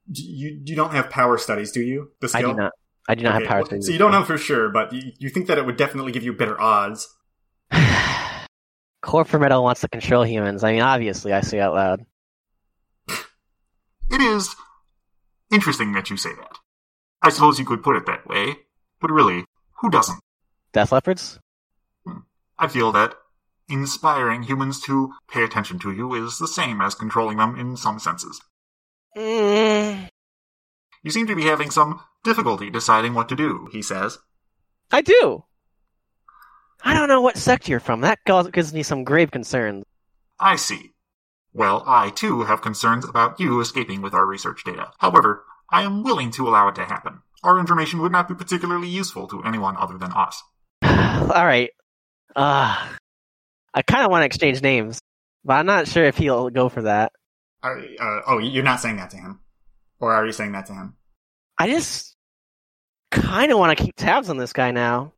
d- you you don't have power studies, do you? The
I do not. I do not
Okay,
have power
well,
to
So you don't know for sure, but you, you think that it would definitely give you better odds.
Corporate Metal wants to control humans. I mean, obviously, I say out loud.
It is interesting that you say that. I suppose you could put it that way, but really, who doesn't?
Death leopards?
I feel that inspiring humans to pay attention to you is the same as controlling them in some senses. You seem to be having some difficulty deciding what to do, he says.
I do. I don't know what sect you're from. That cause- gives me some grave concerns.
I see. Well, I too have concerns about you escaping with our research data. However, I am willing to allow it to happen. Our information would not be particularly useful to anyone other than us.
All right. Uh, I kind of want to exchange names, but I'm not sure if he'll go for that.
Are, uh, oh, you're not saying that to him, or are you saying that to him?
I just kind of want to keep tabs on this guy now.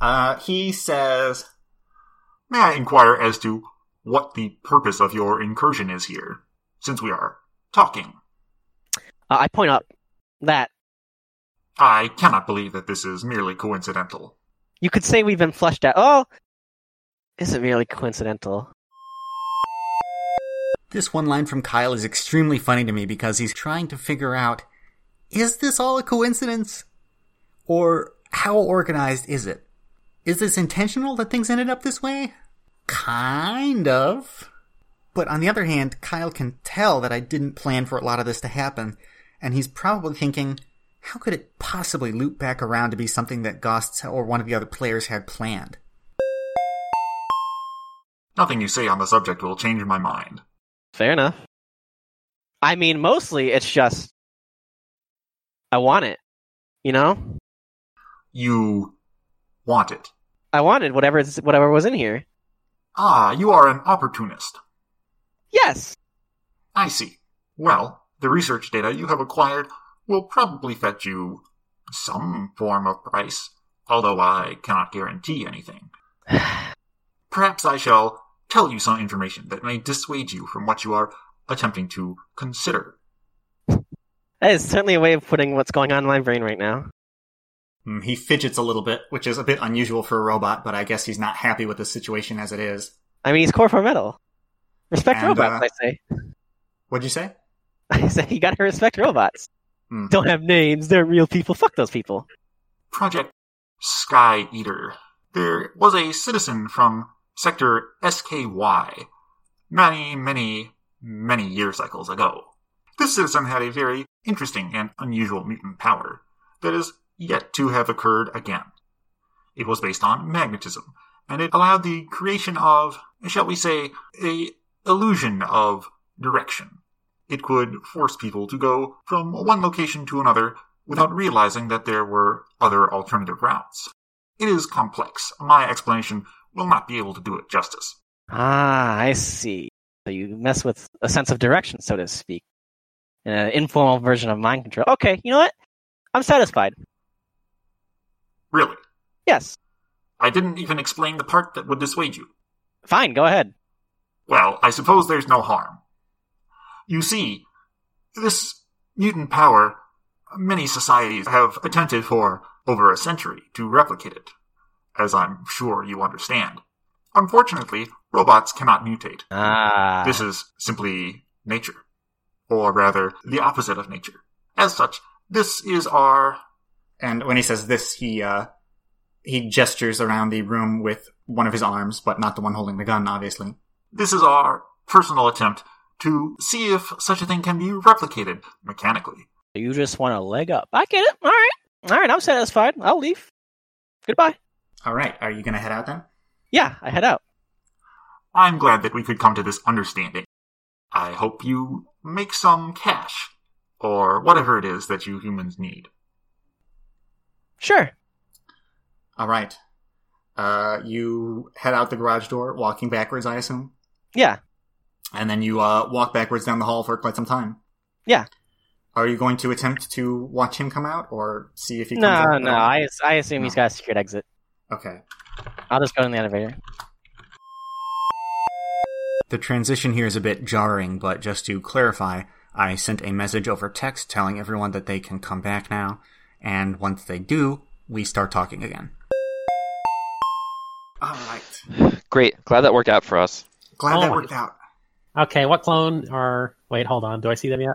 Uh, he says,
May I inquire as to what the purpose of your incursion is here, since we are talking?
Uh, I point up that
I cannot believe that this is merely coincidental.
You could say we've been flushed out. Oh, is it really coincidental?
This one line from Kyle is extremely funny to me because he's trying to figure out is this all a coincidence? Or how organized is it? Is this intentional that things ended up this way? Kind of. But on the other hand, Kyle can tell that I didn't plan for a lot of this to happen, and he's probably thinking, how could it possibly loop back around to be something that Gost or one of the other players had planned?
Nothing you say on the subject will change my mind.
Fair enough. I mean, mostly it's just I want it. You know,
You want it.
I wanted whatever is- whatever was in here.
Ah, you are an opportunist.
Yes.
I see. Well, the research data you have acquired will probably fetch you some form of price, although I cannot guarantee anything. Perhaps I shall tell you some information that may dissuade you from what you are attempting to consider.
That is certainly a way of putting what's going on in my brain right now.
Mm, He fidgets a little bit, which is a bit unusual for a robot, but I guess he's not happy with the situation as it is.
I mean, he's core for metal. Respect
And,
robots,
uh,
I say.
What'd you say?
I say you gotta respect robots.
Hmm.
Don't have names. They're real people. Fuck those people.
Project Sky Eater. There was a citizen from Sector SKY many, many, many year cycles ago. This citizen had a very interesting and unusual mutant power that is yet to have occurred again. It was based on magnetism, and it allowed the creation of, shall we say, a illusion of direction. It could force people to go from one location to another without realizing that there were other alternative routes. It is complex. My explanation will not be able to do it justice.
Ah, I see. So you mess with a sense of direction, so to speak, in an informal version of mind control. Okay, you know what? I'm satisfied.
Really.
Yes,
I didn't even explain the part that would dissuade you.
fine. Go ahead.
Well, I suppose there's no harm. You see, this mutant power, many societies have attempted for over a century to replicate it, as I'm sure you understand. Unfortunately, robots cannot mutate.
Ah,
This is simply nature, or rather, the opposite of nature. As such, this is our.
And when he says this, he uh, he gestures around the room with one of his arms, but not the one holding the gun, obviously.
This is our personal attempt to see if such a thing can be replicated mechanically.
you just want a leg up. I get it. All right, all right. I'm satisfied. I'll leave. Goodbye.
All right, are you gonna head out then?
Yeah, I head out.
I'm glad that we could come to this understanding. I hope you make some cash, or whatever it is that you humans need.
Sure.
All right. Uh, you head out the garage door, walking backwards, I assume,
Yeah.
and then you uh, walk backwards down the hall for quite some time.
Yeah.
Are you going to attempt to watch him come out or see if he comes out?
No,
at
no.
all?
I I assume he's got a secret exit.
Okay.
I'll just go in the elevator.
The transition here is a bit jarring, but just to clarify, I sent a message over text telling everyone that they can come back now, and once they do, we start talking again.
All right.
Great. Glad that worked out for us.
Glad
Oh
that
my-
worked out.
Okay, what clone are? Wait, hold on. Do I see them yet?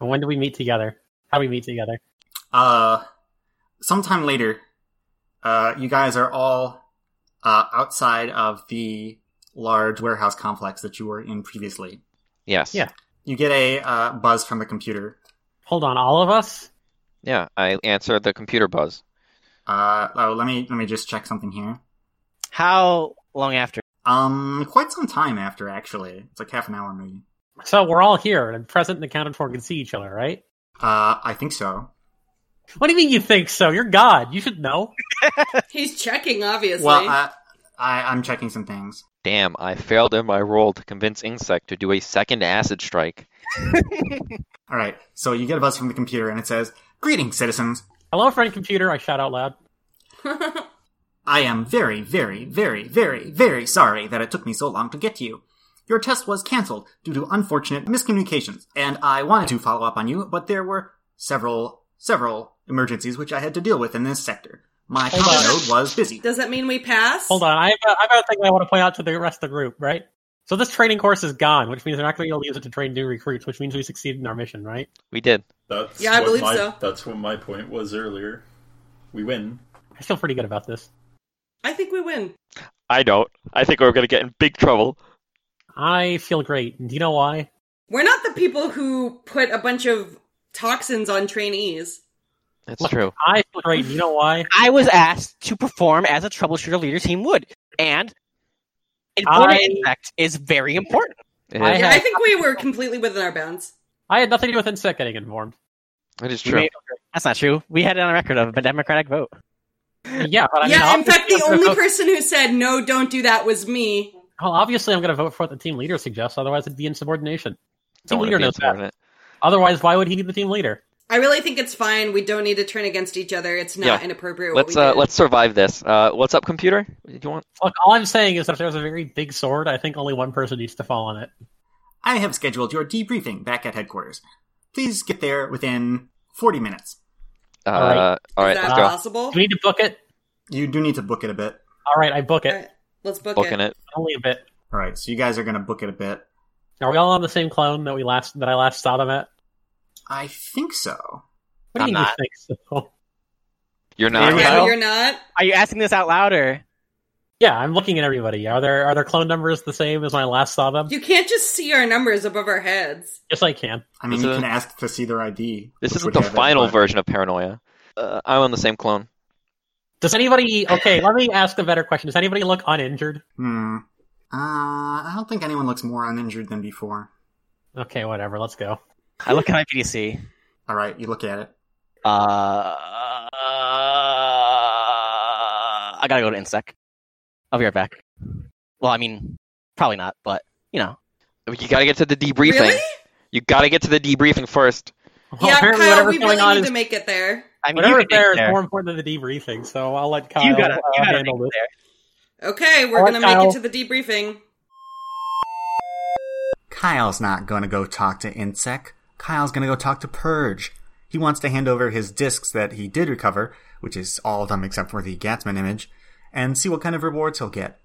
And when do we meet together? How we meet together?
uh, sometime later, uh, you guys are all uh, outside of the large warehouse complex that you were in previously.
Yes.
Yeah.
You get a uh, buzz from the computer.
Hold on, all of us.
Yeah. I answered the computer buzz.
Uh, oh, let me let me just check something here.
How long after?
Um, quite some time after, actually, it's like half an hour maybe.
So we're all here and present and accounted for and can see each other, right?
Uh, I think so.
What do you mean you think so? You're God. You should know.
He's checking, obviously.
Well, uh, I I'm checking some things.
Damn, I failed in my role to convince Insect to do a second acid strike.
All right, so you get a buzz from the computer, and it says, "Greetings, citizens.
Hello, friend computer. I shout out loud.
I am very, very, very, very, very sorry that it took me so long to get to you. Your test was cancelled due to unfortunate miscommunications, and I wanted to follow up on you, but there were several, several, emergencies which I had to deal with in this sector. My
Hold
common
on.
node was busy.
Does that mean we pass?
Hold on, I have, a, I have a thing I want to point out to the rest of the group, right? So this training course is gone, which means they're not going to be able to use it to train new recruits, which means we succeeded in our mission, right?
We did.
That's
Yeah, I
what
believe
my,
so.
That's what my point was earlier. We win.
I feel pretty good about this.
I think we win.
I don't. I think we're going to get in big trouble.
I feel great. And Do you know why?
We're not the people who put a bunch of toxins on trainees.
That's
Look,
true.
I feel great. And Do you know why?
I was asked to perform as a troubleshooter leader team would, and
I-
informative impact is very important.
It
I
is.
Yeah,
had-
I think we were completely within our bounds.
I had nothing to do with insect getting informed.
It is
We
true.
made- That's not true. We had it on a record of a democratic vote.
Yeah, but I mean,
yeah, in
obviously
fact, the
I'm gonna
only
vote-
person who said no, don't do that was me.
well, obviously I'm going to vote for what the team leader suggests. Otherwise, it'd be insubordination.
Don't
Team
wanna
leader
be
knows that.
insubordinate.
Otherwise, why would he need the team leader?
I really think it's fine. We don't need to turn against each other. It's not
Yeah.
inappropriate. What
Let's
we
uh,
did.
let's survive this. Uh, what's up, computer? Do you want?
Look, all I'm saying is that if there's a very big sword, I think only one person needs to fall on it.
I have scheduled your debriefing back at headquarters. Please get there within 40 minutes.
Uh, all
right.
right,
Is
let's
that
go.
possible?
Do we need to book it?
You do need to book it a bit.
All right, I book it.
All right, let's book
Booking
it.
it.
Only a bit.
All right, so you guys are going to book it a bit.
Are we all on the same clone that we last that I last saw them at?
I think so.
What do
I'm
you mean
not.
you think so?
You're not.
Yeah,
Yeah,
Kyle?
but you're not.
Are you asking this out loud or?
Yeah, I'm looking at everybody. Are there are their clone numbers the same as when I last saw them?
You can't just see our numbers above our heads.
Yes, I can.
I mean,
This
you
is-
can ask to see their ID.
This
which
isn't
would
the
have it,
final
but-
version of paranoia. Uh, I'm on the same clone.
Does anybody? Okay, let me ask a better question. Does anybody look uninjured?
Hmm. Uh, I don't think anyone looks more uninjured than before.
Okay, whatever. Let's go.
I look at my PDC.
All right, you look at it.
Uh, I gotta go to Insec. I'll be right back. Well, I mean, probably not, but you know,
You got to get to the debriefing.
Really?
You got to get to the debriefing first.
Well,
yeah,
apparently
Kyle,
whatever's
we
going
really
on
need
is
to make it there.
I mean,
whatever's
you can
there
make
is
it
more important than the debriefing. So I'll let Kyle
You gotta, you
uh,
gotta
handle
make
this.
it there.
Okay, we're
Alright,
gonna make
Kyle.
it to the debriefing.
Kyle's not gonna go talk to Insec. Kyle's gonna go talk to Purge. He wants to hand over his discs that he did recover, which is all of them except for the Gatsman image, and see what kind of rewards he'll get.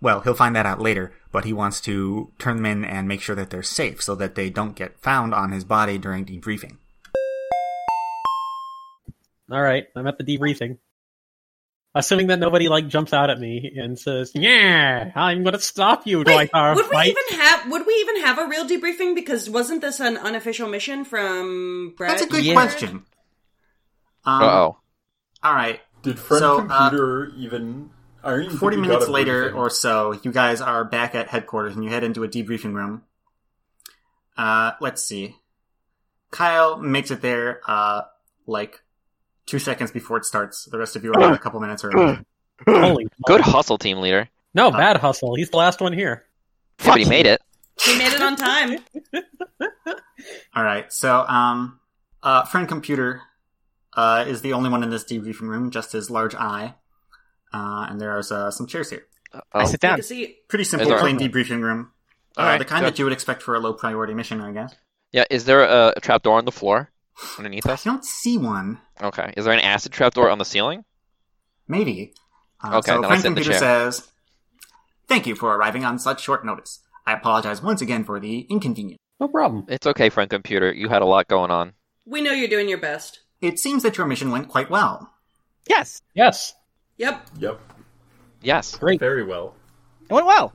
Well, he'll find that out later, but he wants to turn them in and make sure that they're safe so that they don't get found on his body during debriefing.
All right, I'm at the debriefing. Assuming that nobody like jumps out at me and says, "Yeah, I'm going to stop you." Do I
Wait,
start a
would we
fight?
even have would we even have a real debriefing? Because wasn't this an unofficial mission from Brett?
That's a good
Yeah.
question. Um,
Uh oh.
All right,
Did friend
So, uh,
computer even? I don't even think
40
we got
minutes
a
later
briefing.
or so, you guys are back at headquarters and you head into a debriefing room. Uh, let's see. Kyle makes it there, uh, like two seconds before it starts. The rest of you are about a couple minutes early.
Holy
Good
moly.
hustle, team leader.
No, bad hustle. He's the last one here.
Yeah, but he made it.
We made it on time.
All right, so, um, uh, friend computer, uh, is the only one in this debriefing room, just his large eye. Uh, and there's, uh, some chairs here.
I
Oh,
Take
sit down.
a seat.
Pretty simple,
Is there-
plain debriefing room. Uh,
All right,
the kind
good.
that you would expect for a low priority mission, I guess.
Yeah, is there a, a trapdoor on the floor underneath
I
us?
don't see one.
Okay. Is there an acid trapdoor on the ceiling?
Maybe. Uh,
Okay,
so
then I'll
Frank
sit in the
Computer
chair.
says, Thank you for arriving on such short notice. I apologize once again for the inconvenience.
No problem.
It's okay, friend computer. You had a lot going on.
We know you're doing your best.
It seems that your mission went quite well.
Yes,
Yes,
Yep.
Yep.
Yes.
great.
Very well.
it went well.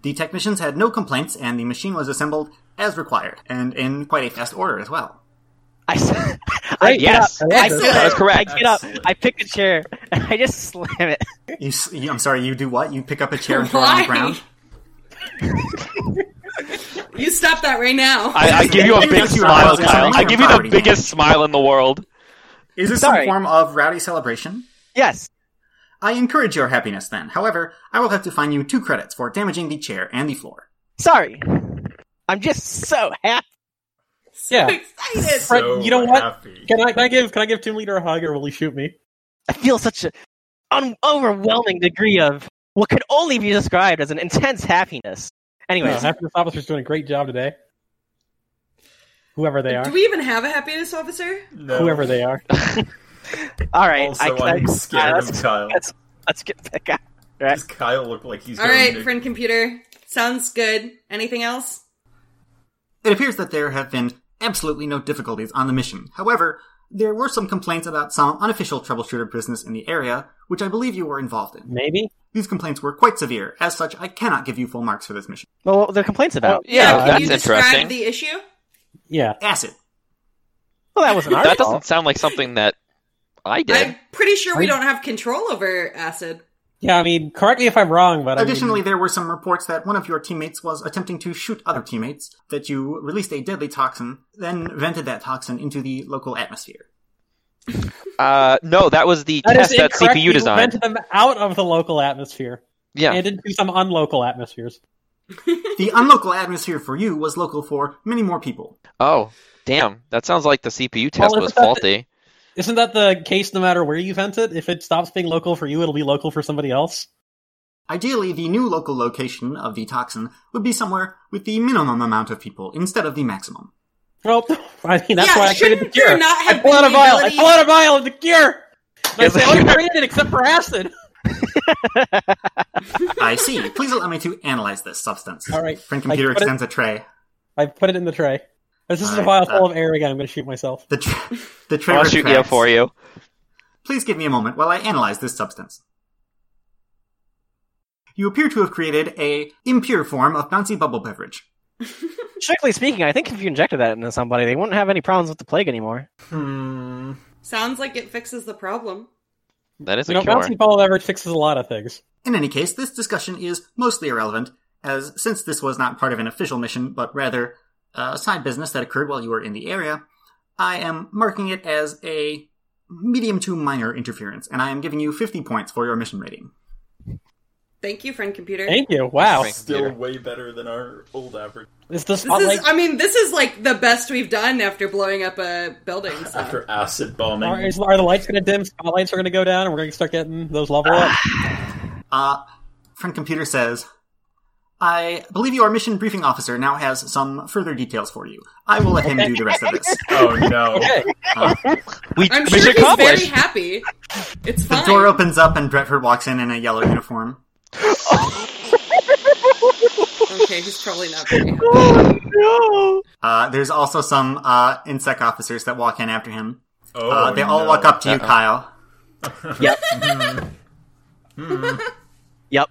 The technicians had no complaints, and the machine was assembled as required, and in quite a fast order as well.
I, s- I
Great,
get up.
I love
I,
this.
sit up.
That's
I
correct.
get up.
Excellent.
I pick a chair and I just slam it.
You, s- you- I'm sorry, you do what? You pick up a chair and throw it on the
Why?
ground?
You stop that right now.
I, I give you a big smile, Kyle. I give you the biggest smile in the world.
Is this
Sorry.
some form of rowdy celebration?
Yes,
I encourage your happiness then. However, I will have to fine you two credits for damaging the chair and the floor.
sorry. I'm just so happy.
so
Yeah.
excited.
Right,
So
you know what?
happy.
Can I, can I give can I give team leader a hug or will he shoot me?
I feel such an un- overwhelming degree of what could only be described as an intense happiness.
Anyway,
Anyways,
happiness officer's doing a great job today. whoever they are,
Do we even have a happiness officer?
No.
whoever they are.
All right,
Also,
I,
I, am
I-
scared
let's,
of Kyle.
let's, let's get back out. All right.
Does Kyle look like he's
All
going
right,
to...
friend computer. Sounds good. Anything else?
It appears that there have been absolutely no difficulties on the mission. However, there were some complaints about some unofficial troubleshooter business in the area, which I believe you were involved in.
Maybe.
These complaints were quite severe. As such, I cannot give you full marks for this mission.
Well, what were the complaints about?
Yeah,
can
that's
you describe
interesting.
the issue?
Yeah.
Acid.
Well, that wasn't our
That
fault.
doesn't sound like something that I did.
I'm pretty sure we
Are you-
don't have control over acid.
Yeah. I mean, correct me if I'm wrong, but I mean-
Additionally, there were some reports that one of your teammates was attempting to shoot other teammates, that you released a deadly toxin, then vented that toxin into the local atmosphere.
Uh, no, that was the
that is
test that
incorrect.
CPU
You
designed.
Vented them out of the local atmosphere
Yeah.
and into some unlocal atmospheres.
The unlocal atmosphere for you was local for many more people.
Oh, damn. That sounds like the CPU test
isn't
was
that the-
faulty.
Isn't that the case? No matter where you vent it, if it stops being local for you, it'll be local for somebody else.
Ideally, the new local location of the toxin would be somewhere with the minimum amount of people instead of the maximum.
Well, I mean, that's
yeah,
why I created the
shouldn't
cure.
there not
I
have
pull
been
out a
the
vial. I
ability-
pull out a vial of the cure. And I
Yes,
say,
I
all
hear-
created except for acid.
I see. Please allow me to analyze this substance.
All right.
Friend computer
Like, put it-
extends a tray.
I put it in the tray. This is a
Alright,
vial full
uh,
of air again. I'm going to shoot myself.
The, tr- the tray
I'll shoot you
retracts.
for you.
Please give me a moment while I analyze this substance. You appear to have created a impure form of bouncy bubble beverage.
Strictly speaking, I think if you injected that into somebody, they wouldn't have any problems with the plague anymore.
Hmm.
Sounds like it fixes the problem.
That is
You
a
know,
cure.
bouncy ball beverage fixes a lot of things.
In any case, this discussion is mostly irrelevant, as since this was not part of an official mission, but rather a side business that occurred while you were in the area, I am marking it as a medium to minor interference, and I am giving you 50 points for your mission rating.
Thank you, friend computer.
Thank you. Wow.
Frank.
Still
Computer.
way better than our old average.
Is the
This
spotlight?
is, I mean, this is like the best we've done after blowing up a building. So.
After acid bombing.
Are, is- are the lights going to dim? Spotlights are going to go down, and we're going to start getting those level up.
Uh, friend computer says, I believe your mission briefing officer now has some further details for you. I will let him do the rest of this.
Oh no.
Okay.
We,
I'm sure
we should
he's very
accomplish.
happy. It's
The
fine.
door opens up and Bretford walks in in a yellow uniform.
Okay, he's probably not very happy.
no!
Uh, there's also some uh, insect officers that walk in after him.
Oh,
Uh, they all
no.
walk up to you,
Uh-oh.
Kyle.
Mm-hmm. Yep.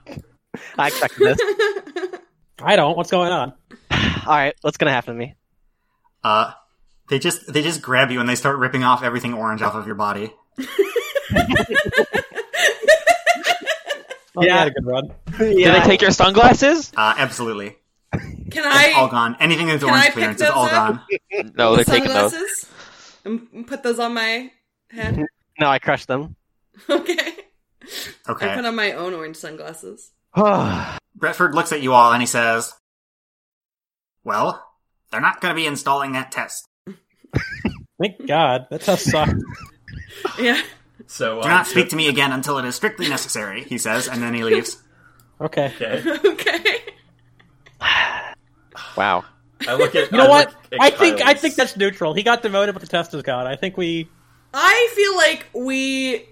I expected this.
I don't. What's going on?
All right, what's gonna happen to me?
Uh, they just they just grab you and they start ripping off everything orange off of your body.
Oh, yeah,
Yeah.
I Oh, had a good run.
Did they take your sunglasses?
Uh, absolutely,
Can
all
I
gone. Anything that's
Can I
orange
pick
clearance is all
those up?
gone.
No, they're taking those.
sunglasses and put those on my head?
No, I crushed them.
Okay. I put
Okay.
on my own orange sunglasses.
Bretford looks at you all and he says, "Well, they're not going to be installing that test.
Thank God. That test sucked.
Yeah.
So
Do
I
not speak
just-
to me again until it is strictly necessary." He says, and then he leaves.
Okay.
Okay.
okay.
Wow.
I look at
You know
I
what?
look at
I think I
Kyle's-
think that's neutral. He got demoted, but the test is gone. I think we.
I feel like we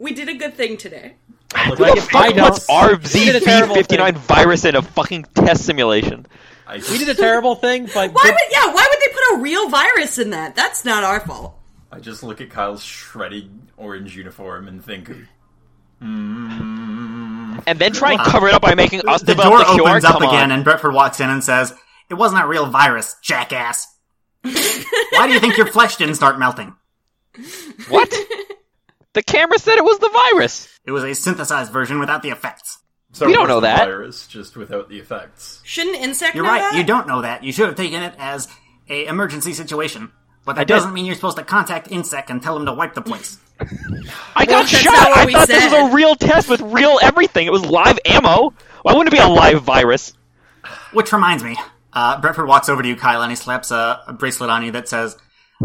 we did a good thing today.
I look
Who
at-
the
I
fuck
don't-
puts
We did a terrible
RZV59
thing.
virus in a fucking test simulation?
I
We
just,
did a terrible thing,
Why
but
would yeah, why would they put a real virus in that? That's not our fault.
I just look at Kyle's shredded orange uniform and think,
And then try and cover it up by making us
The door
develop the cure?
opens up
Come on.
again, and Bretford walks in and says, "It wasn't a real virus, jackass. Why do you think your flesh didn't start melting?"
What? The camera said it was the virus.
It was a synthesized version without the effects.
so
We
it
don't
was
know
the
that.
Virus just without the effects.
Shouldn't insect
You're
know
right.
that?
You don't know that. You should have taken it as a emergency situation. But that
did.
doesn't mean you're supposed to contact Insect and tell him to wipe the place.
I got
that's
shot.
not what
I
we
thought this was
said.
a real test with real everything. It was live ammo. Why wouldn't it be a live virus?
Which reminds me, uh, Bretford walks over to you, Kyle, and he slaps a, a bracelet on you that says,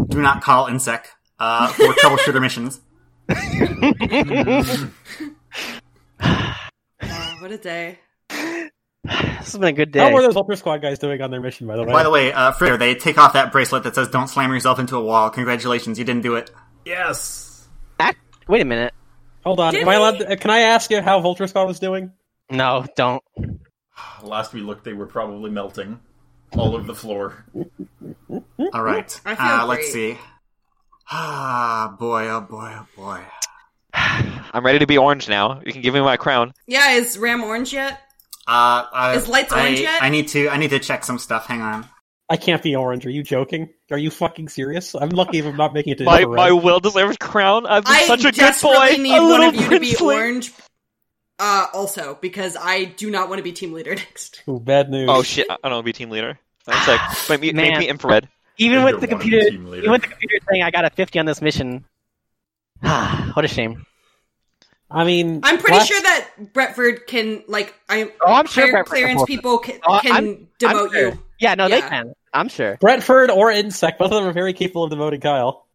"Do not call Insect uh, for troubleshooter missions."
Ah, what a day.
This has been a good day.
How were those Ultra Squad guys doing on their mission, by the way?
By the way, uh, Fritter, they take off that bracelet that says "Don't slam yourself into a wall." Congratulations, you didn't do it.
Yes.
Act- Wait a minute.
Hold on.
Did
Am I
we-
allowed to- can I ask you how Vulture Squad was doing?
No, don't.
Last we looked, they were probably melting all over the floor.
All right.
I feel
uh, let's
great.
see. Ah, boy, oh boy, oh boy.
I'm ready to be orange now. You can give me my crown.
Yeah, is Ram orange yet?
Uh, I,
Is lights
I,
orange yet?
I need to. I need to check some stuff. Hang on.
I can't be orange. Are you joking? Are you fucking serious? I'm lucky if I'm not making it to
My
infrared.
my well deserved crown. I've been
I
such a good
desperately
boy.
need
a
one
little
of you to be
princeling.
orange. Uh, also because I do not want to be team leader next.
Ooh, bad news.
Oh shit! I don't want to be team leader. That's like make me, make
Man.
me infrared.
I
Even with
don't
the
wanna be
computer,
team leader.
even with the computer saying I got a 50 on this mission. Ah, what a shame.
I mean,
I'm pretty
last-
sure that Bretford can like I'm.
Oh, I'm sure
Clear,
Bretford can
clearance
pull it.
people can,
Uh,
Oh,
can
I'm- I'm
demote
sure.
you.
Yeah, no, they
Yeah.
can. I'm sure.
Brentford or Insect, both of them are very capable of demoting Kyle.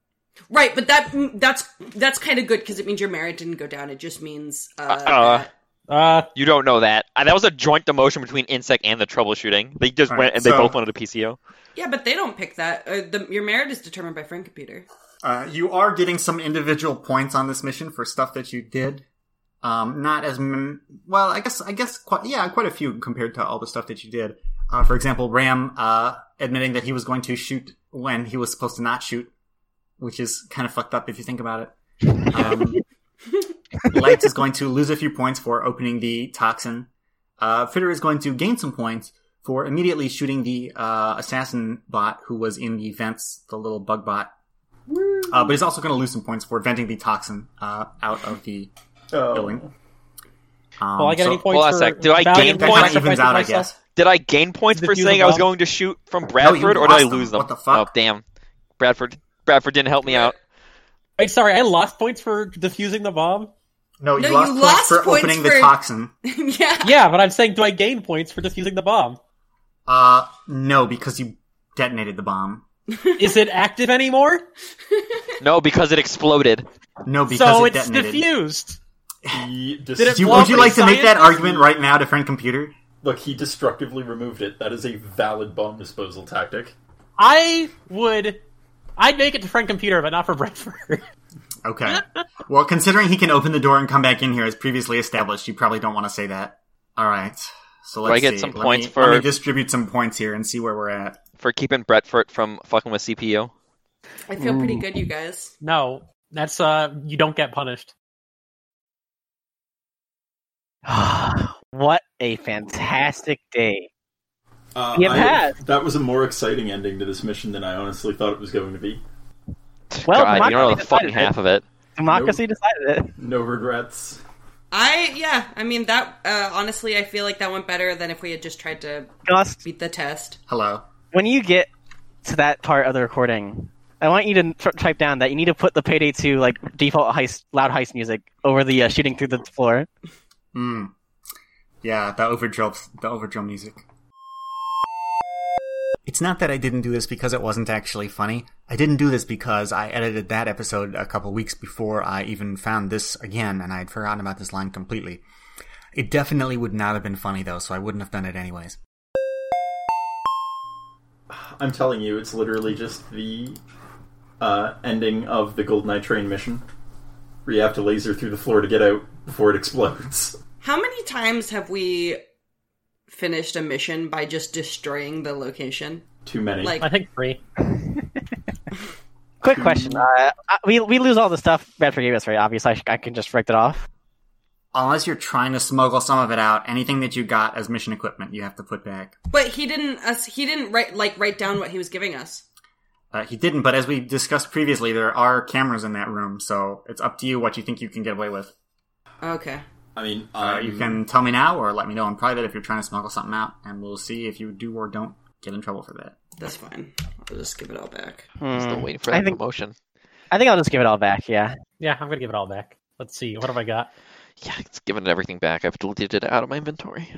Right, but that mm, that's that's kind of good because it means your merit didn't go down. It just means uh,
Uh,
that-
Uh,
You don't know that. Uh, That was a joint demotion between Insect and the troubleshooting. They just
All
went
right,
and they
so-
both wanted a PCO.
yeah, but they don't pick that. Uh, the, your merit is determined by friend computer.
Uh, you are getting some individual points on this mission for stuff that you did. Um, not as m- well, I guess. I guess quite, yeah, quite a few compared to all the stuff that you did. Uh, for example, Ram uh, admitting that he was going to shoot when he was supposed to not shoot, which is kind of fucked up if you think about it. Um, Lights is going to lose a few points for opening the toxin. Uh, Fritter is going to gain some points for immediately shooting the uh, assassin bot who was in the vents, the little bug bot. Uh, but he's also going to lose some points for venting the toxin uh, out of the building. Um,
well, I get
so
any points
hold on a
for
sec. Do I
Valiant
gain
That
points?
and
kind
Points
of evens
sacrificing
out, I
myself?
guess.
Did I gain points
Did
for
you
saying I was
develop-
going to shoot from Bradford, or did I
lost them.
lose them?
What the fuck?
Oh damn, Bradford! Bradford didn't help me out.
Wait, sorry, I lost points for defusing the bomb.
No, you
No,
lost,
you
points
lost
for
points
opening
for-
the toxin.
yeah,
Yeah, but I'm saying, do I gain points for defusing the bomb?
Uh, no, because you detonated the bomb.
Is it active anymore?
No, because it exploded.
No, because
so
it
it's
detonated.
defused.
He
it
Do you,
blow
would you
up
like to
any
make that
scientists?
argument right now to friend computer?
Look, he destructively removed it. That is a valid bomb disposal tactic.
I would. I'd make it to friend computer, but not for Brentford.
Okay. well, considering he can open the door and come back in here as previously established, you probably don't want to say that. All right. So let's
I get
see.
some
let
points
me, let me
for-
distribute some points here and see where we're at.
for keeping Bradford from fucking with CPU.
I feel pretty good, you guys.
no, that's uh, you don't get punished.
what a fantastic day.
Uh,
You
I-
passed.
That was a more exciting ending to this mission than I honestly thought it was going to be.
Well,
God, you don't know
democracy
the fucking
decided it.
half of it.
Democracy decided it.
No regrets.
I yeah, I mean that. Uh, honestly, I feel like that went better than if we had just tried to
Gus,
beat the test.
Hello.
when you get to that part of the recording, I want you to tr- type down that you need to put the Payday 2 like default heist, loud heist music over the uh, shooting through the floor.
Mm. Yeah, the overdrill, the overdrill music. It's not that I didn't do this because it wasn't actually funny. I didn't do this because I edited that episode a couple weeks before I even found this again, and I had forgotten about this line completely. It definitely would not have been funny though, so I wouldn't have done it anyways.
I'm telling you, it's literally just the uh, ending of the Goldeneye train mission. Where you have to laser through the floor to get out before it explodes.
How many times have we finished a mission by just destroying the location?
Too many.
Like,
I think three.
Quick question. Uh, I- we, we lose all the stuff Bradford gave us, right? Obviously, I, sh- I can just wreck it off.
Unless you're trying to smuggle some of it out, anything that you got as mission equipment, you have to put back.
but he didn't. Us, he didn't write like write down what he was giving us.
Uh, he didn't, but as we discussed previously, there are cameras in that room, so it's up to you what you think you can get away with.
Okay.
I mean,
Uh,
I'm-
you can tell me now or let me know in private if you're trying to smuggle something out, and we'll see if you do or don't get in trouble for that.
That's fine. I'll just give it all back.
I'm
Hmm.
Still waiting for
I
that
think-
promotion.
I think I'll just give it all back, yeah.
Yeah, I'm gonna give it all back. Let's see, what have I got?
Yeah, it's giving everything back. I've deleted it out of my inventory.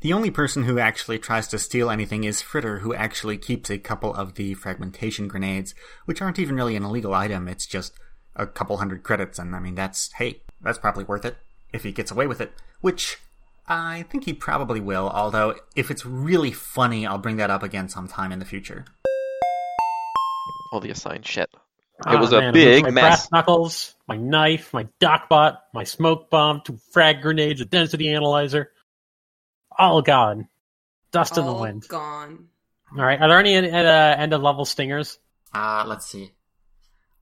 The only person who actually tries to steal anything is Fritter, who actually keeps a couple of the fragmentation grenades, which aren't even really an illegal item, it's just a couple hundred credits, and I mean, that's, hey, that's probably worth it, if he gets away with it. Which, I think he probably will, although if it's really funny, I'll bring that up again sometime in the future.
All the assigned shit.
Ah,
was a
man,
big
my
mess.
Brass knuckles, my knife, my dockbot, my smoke bomb, two frag grenades, a density analyzer. All gone. Dust in the
All
wind.
gone.
All right. Are there any uh, end of level stingers?
Uh, let's see.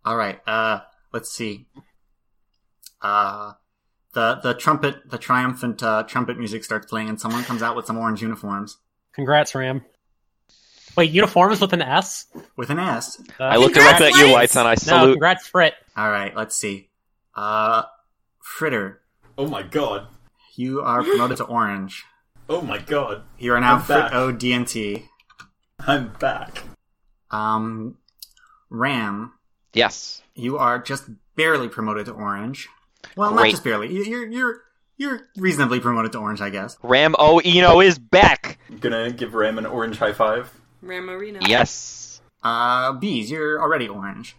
All right. Uh, let's see. Uh, the the trumpet, the triumphant uh, trumpet music starts playing, and someone comes out with some orange uniforms
Congrats, Ram. Wait, uniforms with an S?
with an S.
Uh,
I looked
Congrats,
directly at you,
Lance!
Lights, and I
No,
salute.
congrats, Frit.
All right. Let's see. Uh, Fritter,
Oh my god.
you are promoted to orange.
Oh my god.
You are now
I'm
Frit
back.
O D N T.
I'm back.
Um, Ram,
Yes.
you are just barely promoted to orange. Well, Oh, not
Great.
just barely. You- You're you're you're reasonably promoted to orange, I guess.
Ram O Eno is back.
I'm gonna give Ram an orange high five.
Ram Marino.
Yes.
Uh, bees, you're already orange.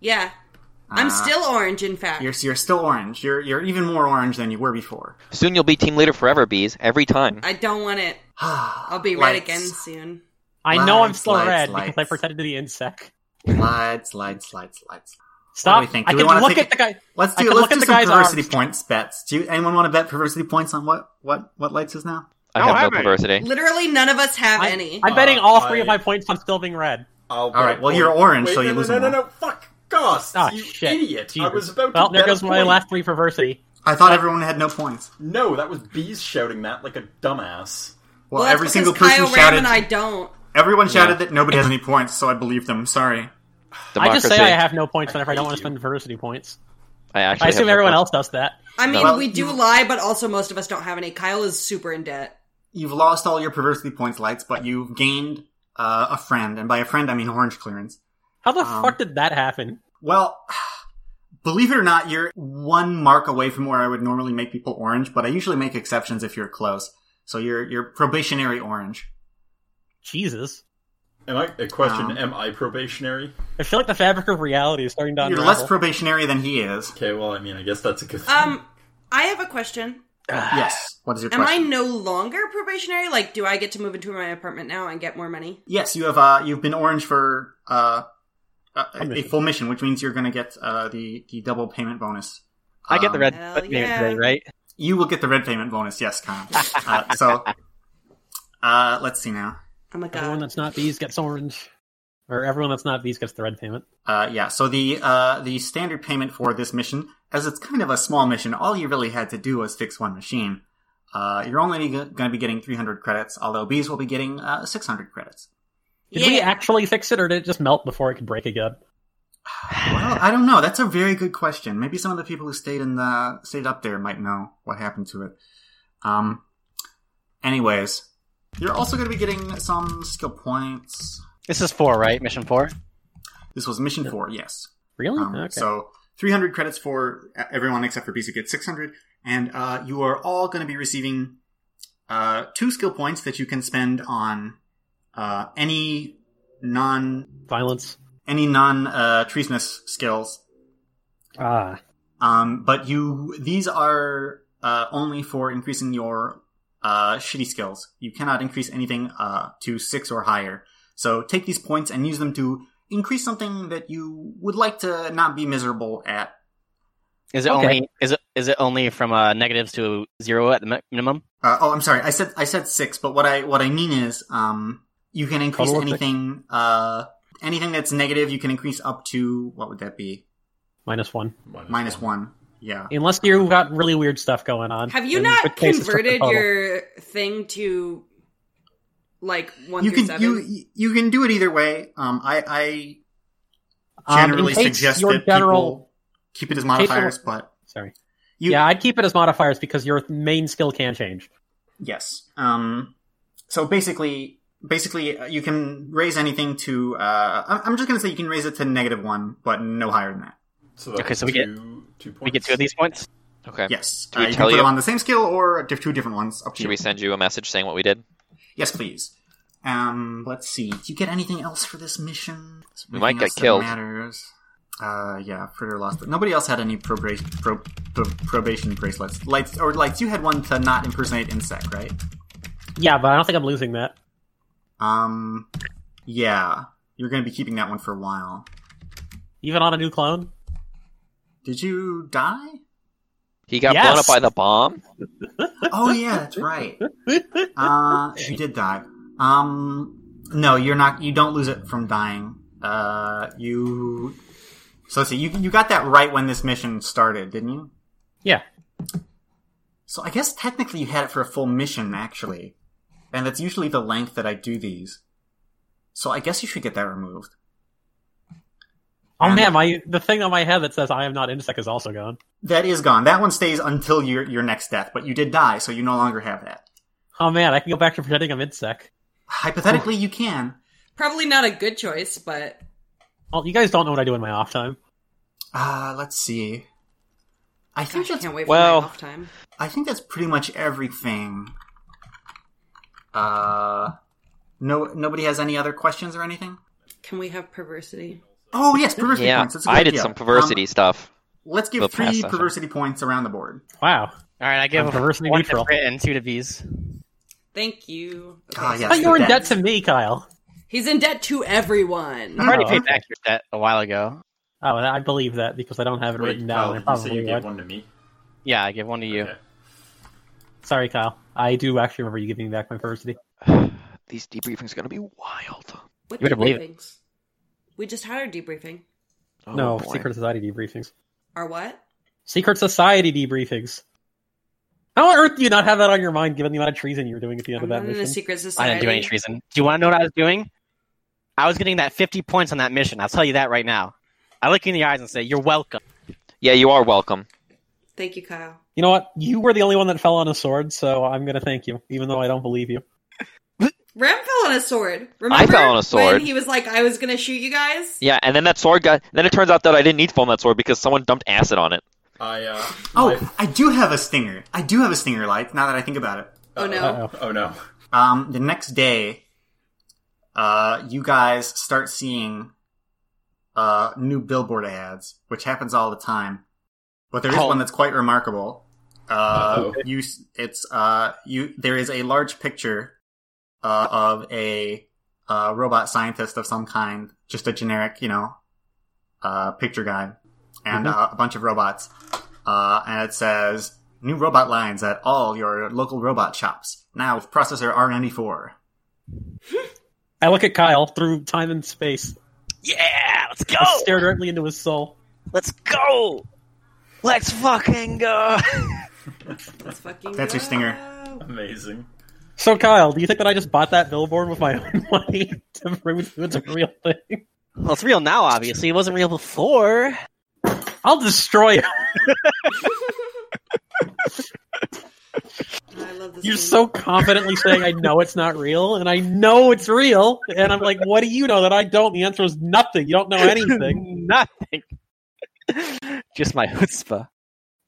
Yeah. I'm
Uh,
still orange, in fact.
You're you're still orange. You're you're even more orange than you were before.
Soon you'll be team leader forever, bees. Every time.
I don't want it. I'll
I'll
be red again soon.
I know I'm
Lights,
still
lights,
red
lights.
because I pretended to be insect.
Lights, lights, lights, lights.
Stop.
do we think?
I
Do we
can
wanna
look
take
at the guy.
Let's
I
do
can
let's
look at
do
the
some
guy's
perversity
arms.
points bets. Do you, anyone want to bet perversity points on what what what lights is now?
I
No, I
have no
haven't.
perversity.
Literally, none of us have
I,
any.
am
Uh,
betting all three of
I-
my points on still being red.
I'll
All right, well, you're orange, so you
no, no,
lose
No,
them
no,
all.
no, fuck, Goss,
Ah,
you
shit.
idiot! I
Jesus.
was about
Well,
to.
there
bet a
goes my
point.
last three perversity.
I thought everyone had no points.
No, that was bees shouting that like a dumbass.
Well,
that's
every single
because
person
Kyle Ram
shouted.
and I don't.
Everyone shouted that nobody has any points, so I believe them. Sorry.
I just
Democracy.
say I have no points whenever I, don't
hate
want to
you.
spend diversity points.
I actually
I
have
assume
no
everyone
perversity.
else does that.
I mean,
Well,
we do
you-
lie, but also most of us don't have any. Kyle is super in debt.
You've lost all your perversity points, lights, but you've gained uh, a friend, and by a friend I mean orange clearance.
How the
Um,
fuck did that happen?
Well, believe it or not, you're one mark away from where I would normally make people orange, but I usually make exceptions if you're close. So you're you're probationary orange.
Jesus.
Am I a question?
Um.
am I probationary?
I feel like the fabric of reality is starting to
You're
unravel.
less probationary than he is.
Okay, well, I mean, I guess that's a good thing.
Um, I have a question.
Yes. What is your
Am I
question?
no longer probationary? Like, do I get to move into my apartment now and get more money?
Yes, you have. Uh, you've been orange for uh, a, a,
mission.
full mission, which means you're going to get uh, the the double payment bonus.
I get the
Um,
red
Hell
button
yeah.
today, right?
You will get the red payment bonus. Yes, Connor. uh, so, uh, let's see now.
Oh my
Everyone
god.
that's not bees gets orange. Or everyone that's not bees gets the red payment.
Uh, yeah. So the uh, the standard payment for this mission, as it's kind of a small mission, all you really had to do was fix one machine. Uh, you're only going to be getting 300 credits, although bees will be getting uh, 600 credits.
Did
yeah.
we actually fix it or did it just melt before it could break again?
Well, I don't know. That's a very good question. Maybe some of the people who stayed in the stayed up there might know what happened to it. Um. Anyways, you're also going to be getting some skill points.
This is four, right? Mission four.
This was mission four. Yes.
Really?
Um,
Oh, okay.
So 300 credits for e, everyone except for Bisu gets 600, and uh, you are all going to be receiving uh, two skill points that you can spend on uh, any non
Violence.
any non uh, treasonous skills.
Ah.
Um, but you these are uh, only for increasing your uh, shitty skills. You cannot increase anything uh, to six or higher. So take these points and use them to increase something that you would like to not be miserable at.
Is it
Okay.
only is it is it only from uh, negatives to zero at the mi- minimum?
Uh, oh, I'm sorry. I said I said six, but what I what I mean is, um, you can increase
Total of
anything, uh, anything that's negative. You can increase up to what would that be?
Minus one.
Minus one. Yeah.
Unless you've got really weird stuff going on.
Have you
in
not
which case it's just a
converted
total.
your thing to like one
You
through
can
seven?
you you can do it either way. Um, I I
Um, in
generally
case
suggest
your
that people
general-
keep it as
case
modifiers, but
Sorry.
you
yeah, I'd keep it as modifiers because your main skill can change.
Yes. Um, so basically, basically, uh, you can raise anything to. Uh, I'm- I'm just gonna say you can raise it to negative one, but no higher than that.
So that's
Okay, so we get-
two, two points.
We get two of these points.
Okay.
Yes.
Do we
uh, you can
tell
put
you?
them on the same skill or diff- two different ones. Up to
Should
you.
we send you a message saying what we did?
Yes, please. Um, let's see. Do you get anything else for this mission?
We might
Anything
get
else that
killed.
Matters. Uh, yeah, Fritter lost it. Nobody else had any probation, pro, pro, probation bracelets. Lights or lights? You had one to not impersonate insect, right?
Yeah, but I don't think I'm losing that.
Um, yeah, you're going to be keeping that one for a while.
Even on a new clone?
Did you die?
He got
Yes.
blown up by the bomb.
Oh yeah, that's right. Uh, you did die. Um, no, you're not. You don't lose it from dying. Uh, you. So let's see. You you got that right when this mission started, didn't you?
Yeah.
So I guess technically you had it for a full mission, actually, and that's usually the length that I do these. So I guess you should get that removed.
Oh
And-
man, my the thing on my head that says I am not insect is also gone.
That is gone. That one stays until your your next death, but you did die, so you no longer have that.
Oh man, I can go back to pretending I'm insect.
Hypothetically, you can.
Probably not a good choice, but
Well, you guys don't know what I do in my off time.
Uh, let's see. I
I
think that's
can't wait for
Well-
my off time.
I think that's pretty much everything. Uh, no, nobody has any other questions or anything.
Can we have perversity?
Oh yes, perversity
Yeah,
points. That's a good
I did
idea.
some perversity
Um,
stuff.
let's give
the past
three
session.
perversity points around the board.
Wow.
All right, I give
I'm perversely
one
neutral.
to Brit and two to V's.
Thank you. Okay,
Ah,
so
yes.
Oh, you're in
that-
debt to me, Kyle.
He's in debt to everyone.
I
Mm.
already
Oh,
paid
okay.
back your debt a while ago.
Oh, and I believe that because I don't have it
Wait,
written down.
Kyle,
I
did you say
probably
you gave
would.
one to me?
Yeah, I give one to you.
Okay.
Sorry, Kyle. I do actually remember you giving me back my perversity.
These debriefings are gonna be wild.
What
You better believe it.
debriefings? We just had our debriefing.
Oh,
no,
boy.
secret society debriefings.
Our what?
Secret society debriefings. How on earth do you not have that on your mind, given the amount of treason you were doing at the end
I'm
of that
not in
mission?
a secret
I
society.
didn't do any treason. Do you want to know what I was doing? I was getting that 50 points on that mission. I'll tell you that right now. I look you in the eyes and say, "You're welcome."
Yeah, you are welcome.
Thank you, Kyle.
You know what? You were the only one that fell on a sword, so I'm going to thank you, even though I don't believe you.
Ram fell on a sword. Remember
fell on a sword.
When he was like, "I was gonna shoot you guys."
Yeah, and then that sword got. Then it turns out that I didn't need foam that sword because someone dumped acid on it.
I, uh,
Oh, I do have a stinger. I do have a stinger light. Now that I think about it,
Oh no.
Uh-oh.
oh no.
um, the next day, uh, you guys start seeing uh, new billboard ads, which happens all the time. But there is
Oh.
one that's quite remarkable. Uh,
Uh-oh.
you, s- it's uh, you. There is a large picture uh, of a uh, robot scientist of some kind, just a generic, you know, uh, picture guy, and uh, a bunch of robots. Uh, and it says new robot lines at all your local robot shops now with processor R94.
I look at Kyle through time and space.
Yeah, let's go.
I stare directly into his soul.
Let's go. Let's fucking go.
Let's fucking.
That's your
go.
stinger.
Amazing.
So, Kyle, do you think that I just bought that billboard with my own money to prove it was a real thing?
well, it's real now. Obviously, it wasn't real before.
I'll destroy it.
I love this.
You're
game.
so confidently saying, I know it's not real, and I know it's real. And I'm like, what do you know that I don't? The answer is nothing. You don't know anything.
Nothing. Just my chutzpah.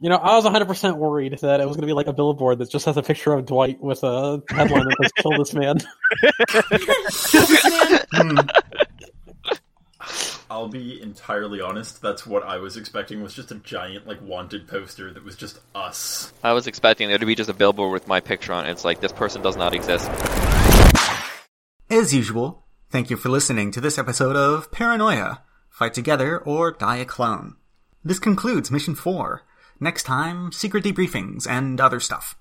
You know, I was 100% worried that it was going to be like a billboard that just has a picture of Dwight with a headline that says, kill this man.
Hmm.
I'll be entirely honest. That's what I was expecting was just a giant like wanted poster that was just us.
I was expecting there to be just a billboard with my picture on it. It's like this person does not exist.
As usual, thank you for listening to this episode of Paranoia Fight Together or Die a Clone. This concludes Mission 4. Next time, secret debriefings and other stuff.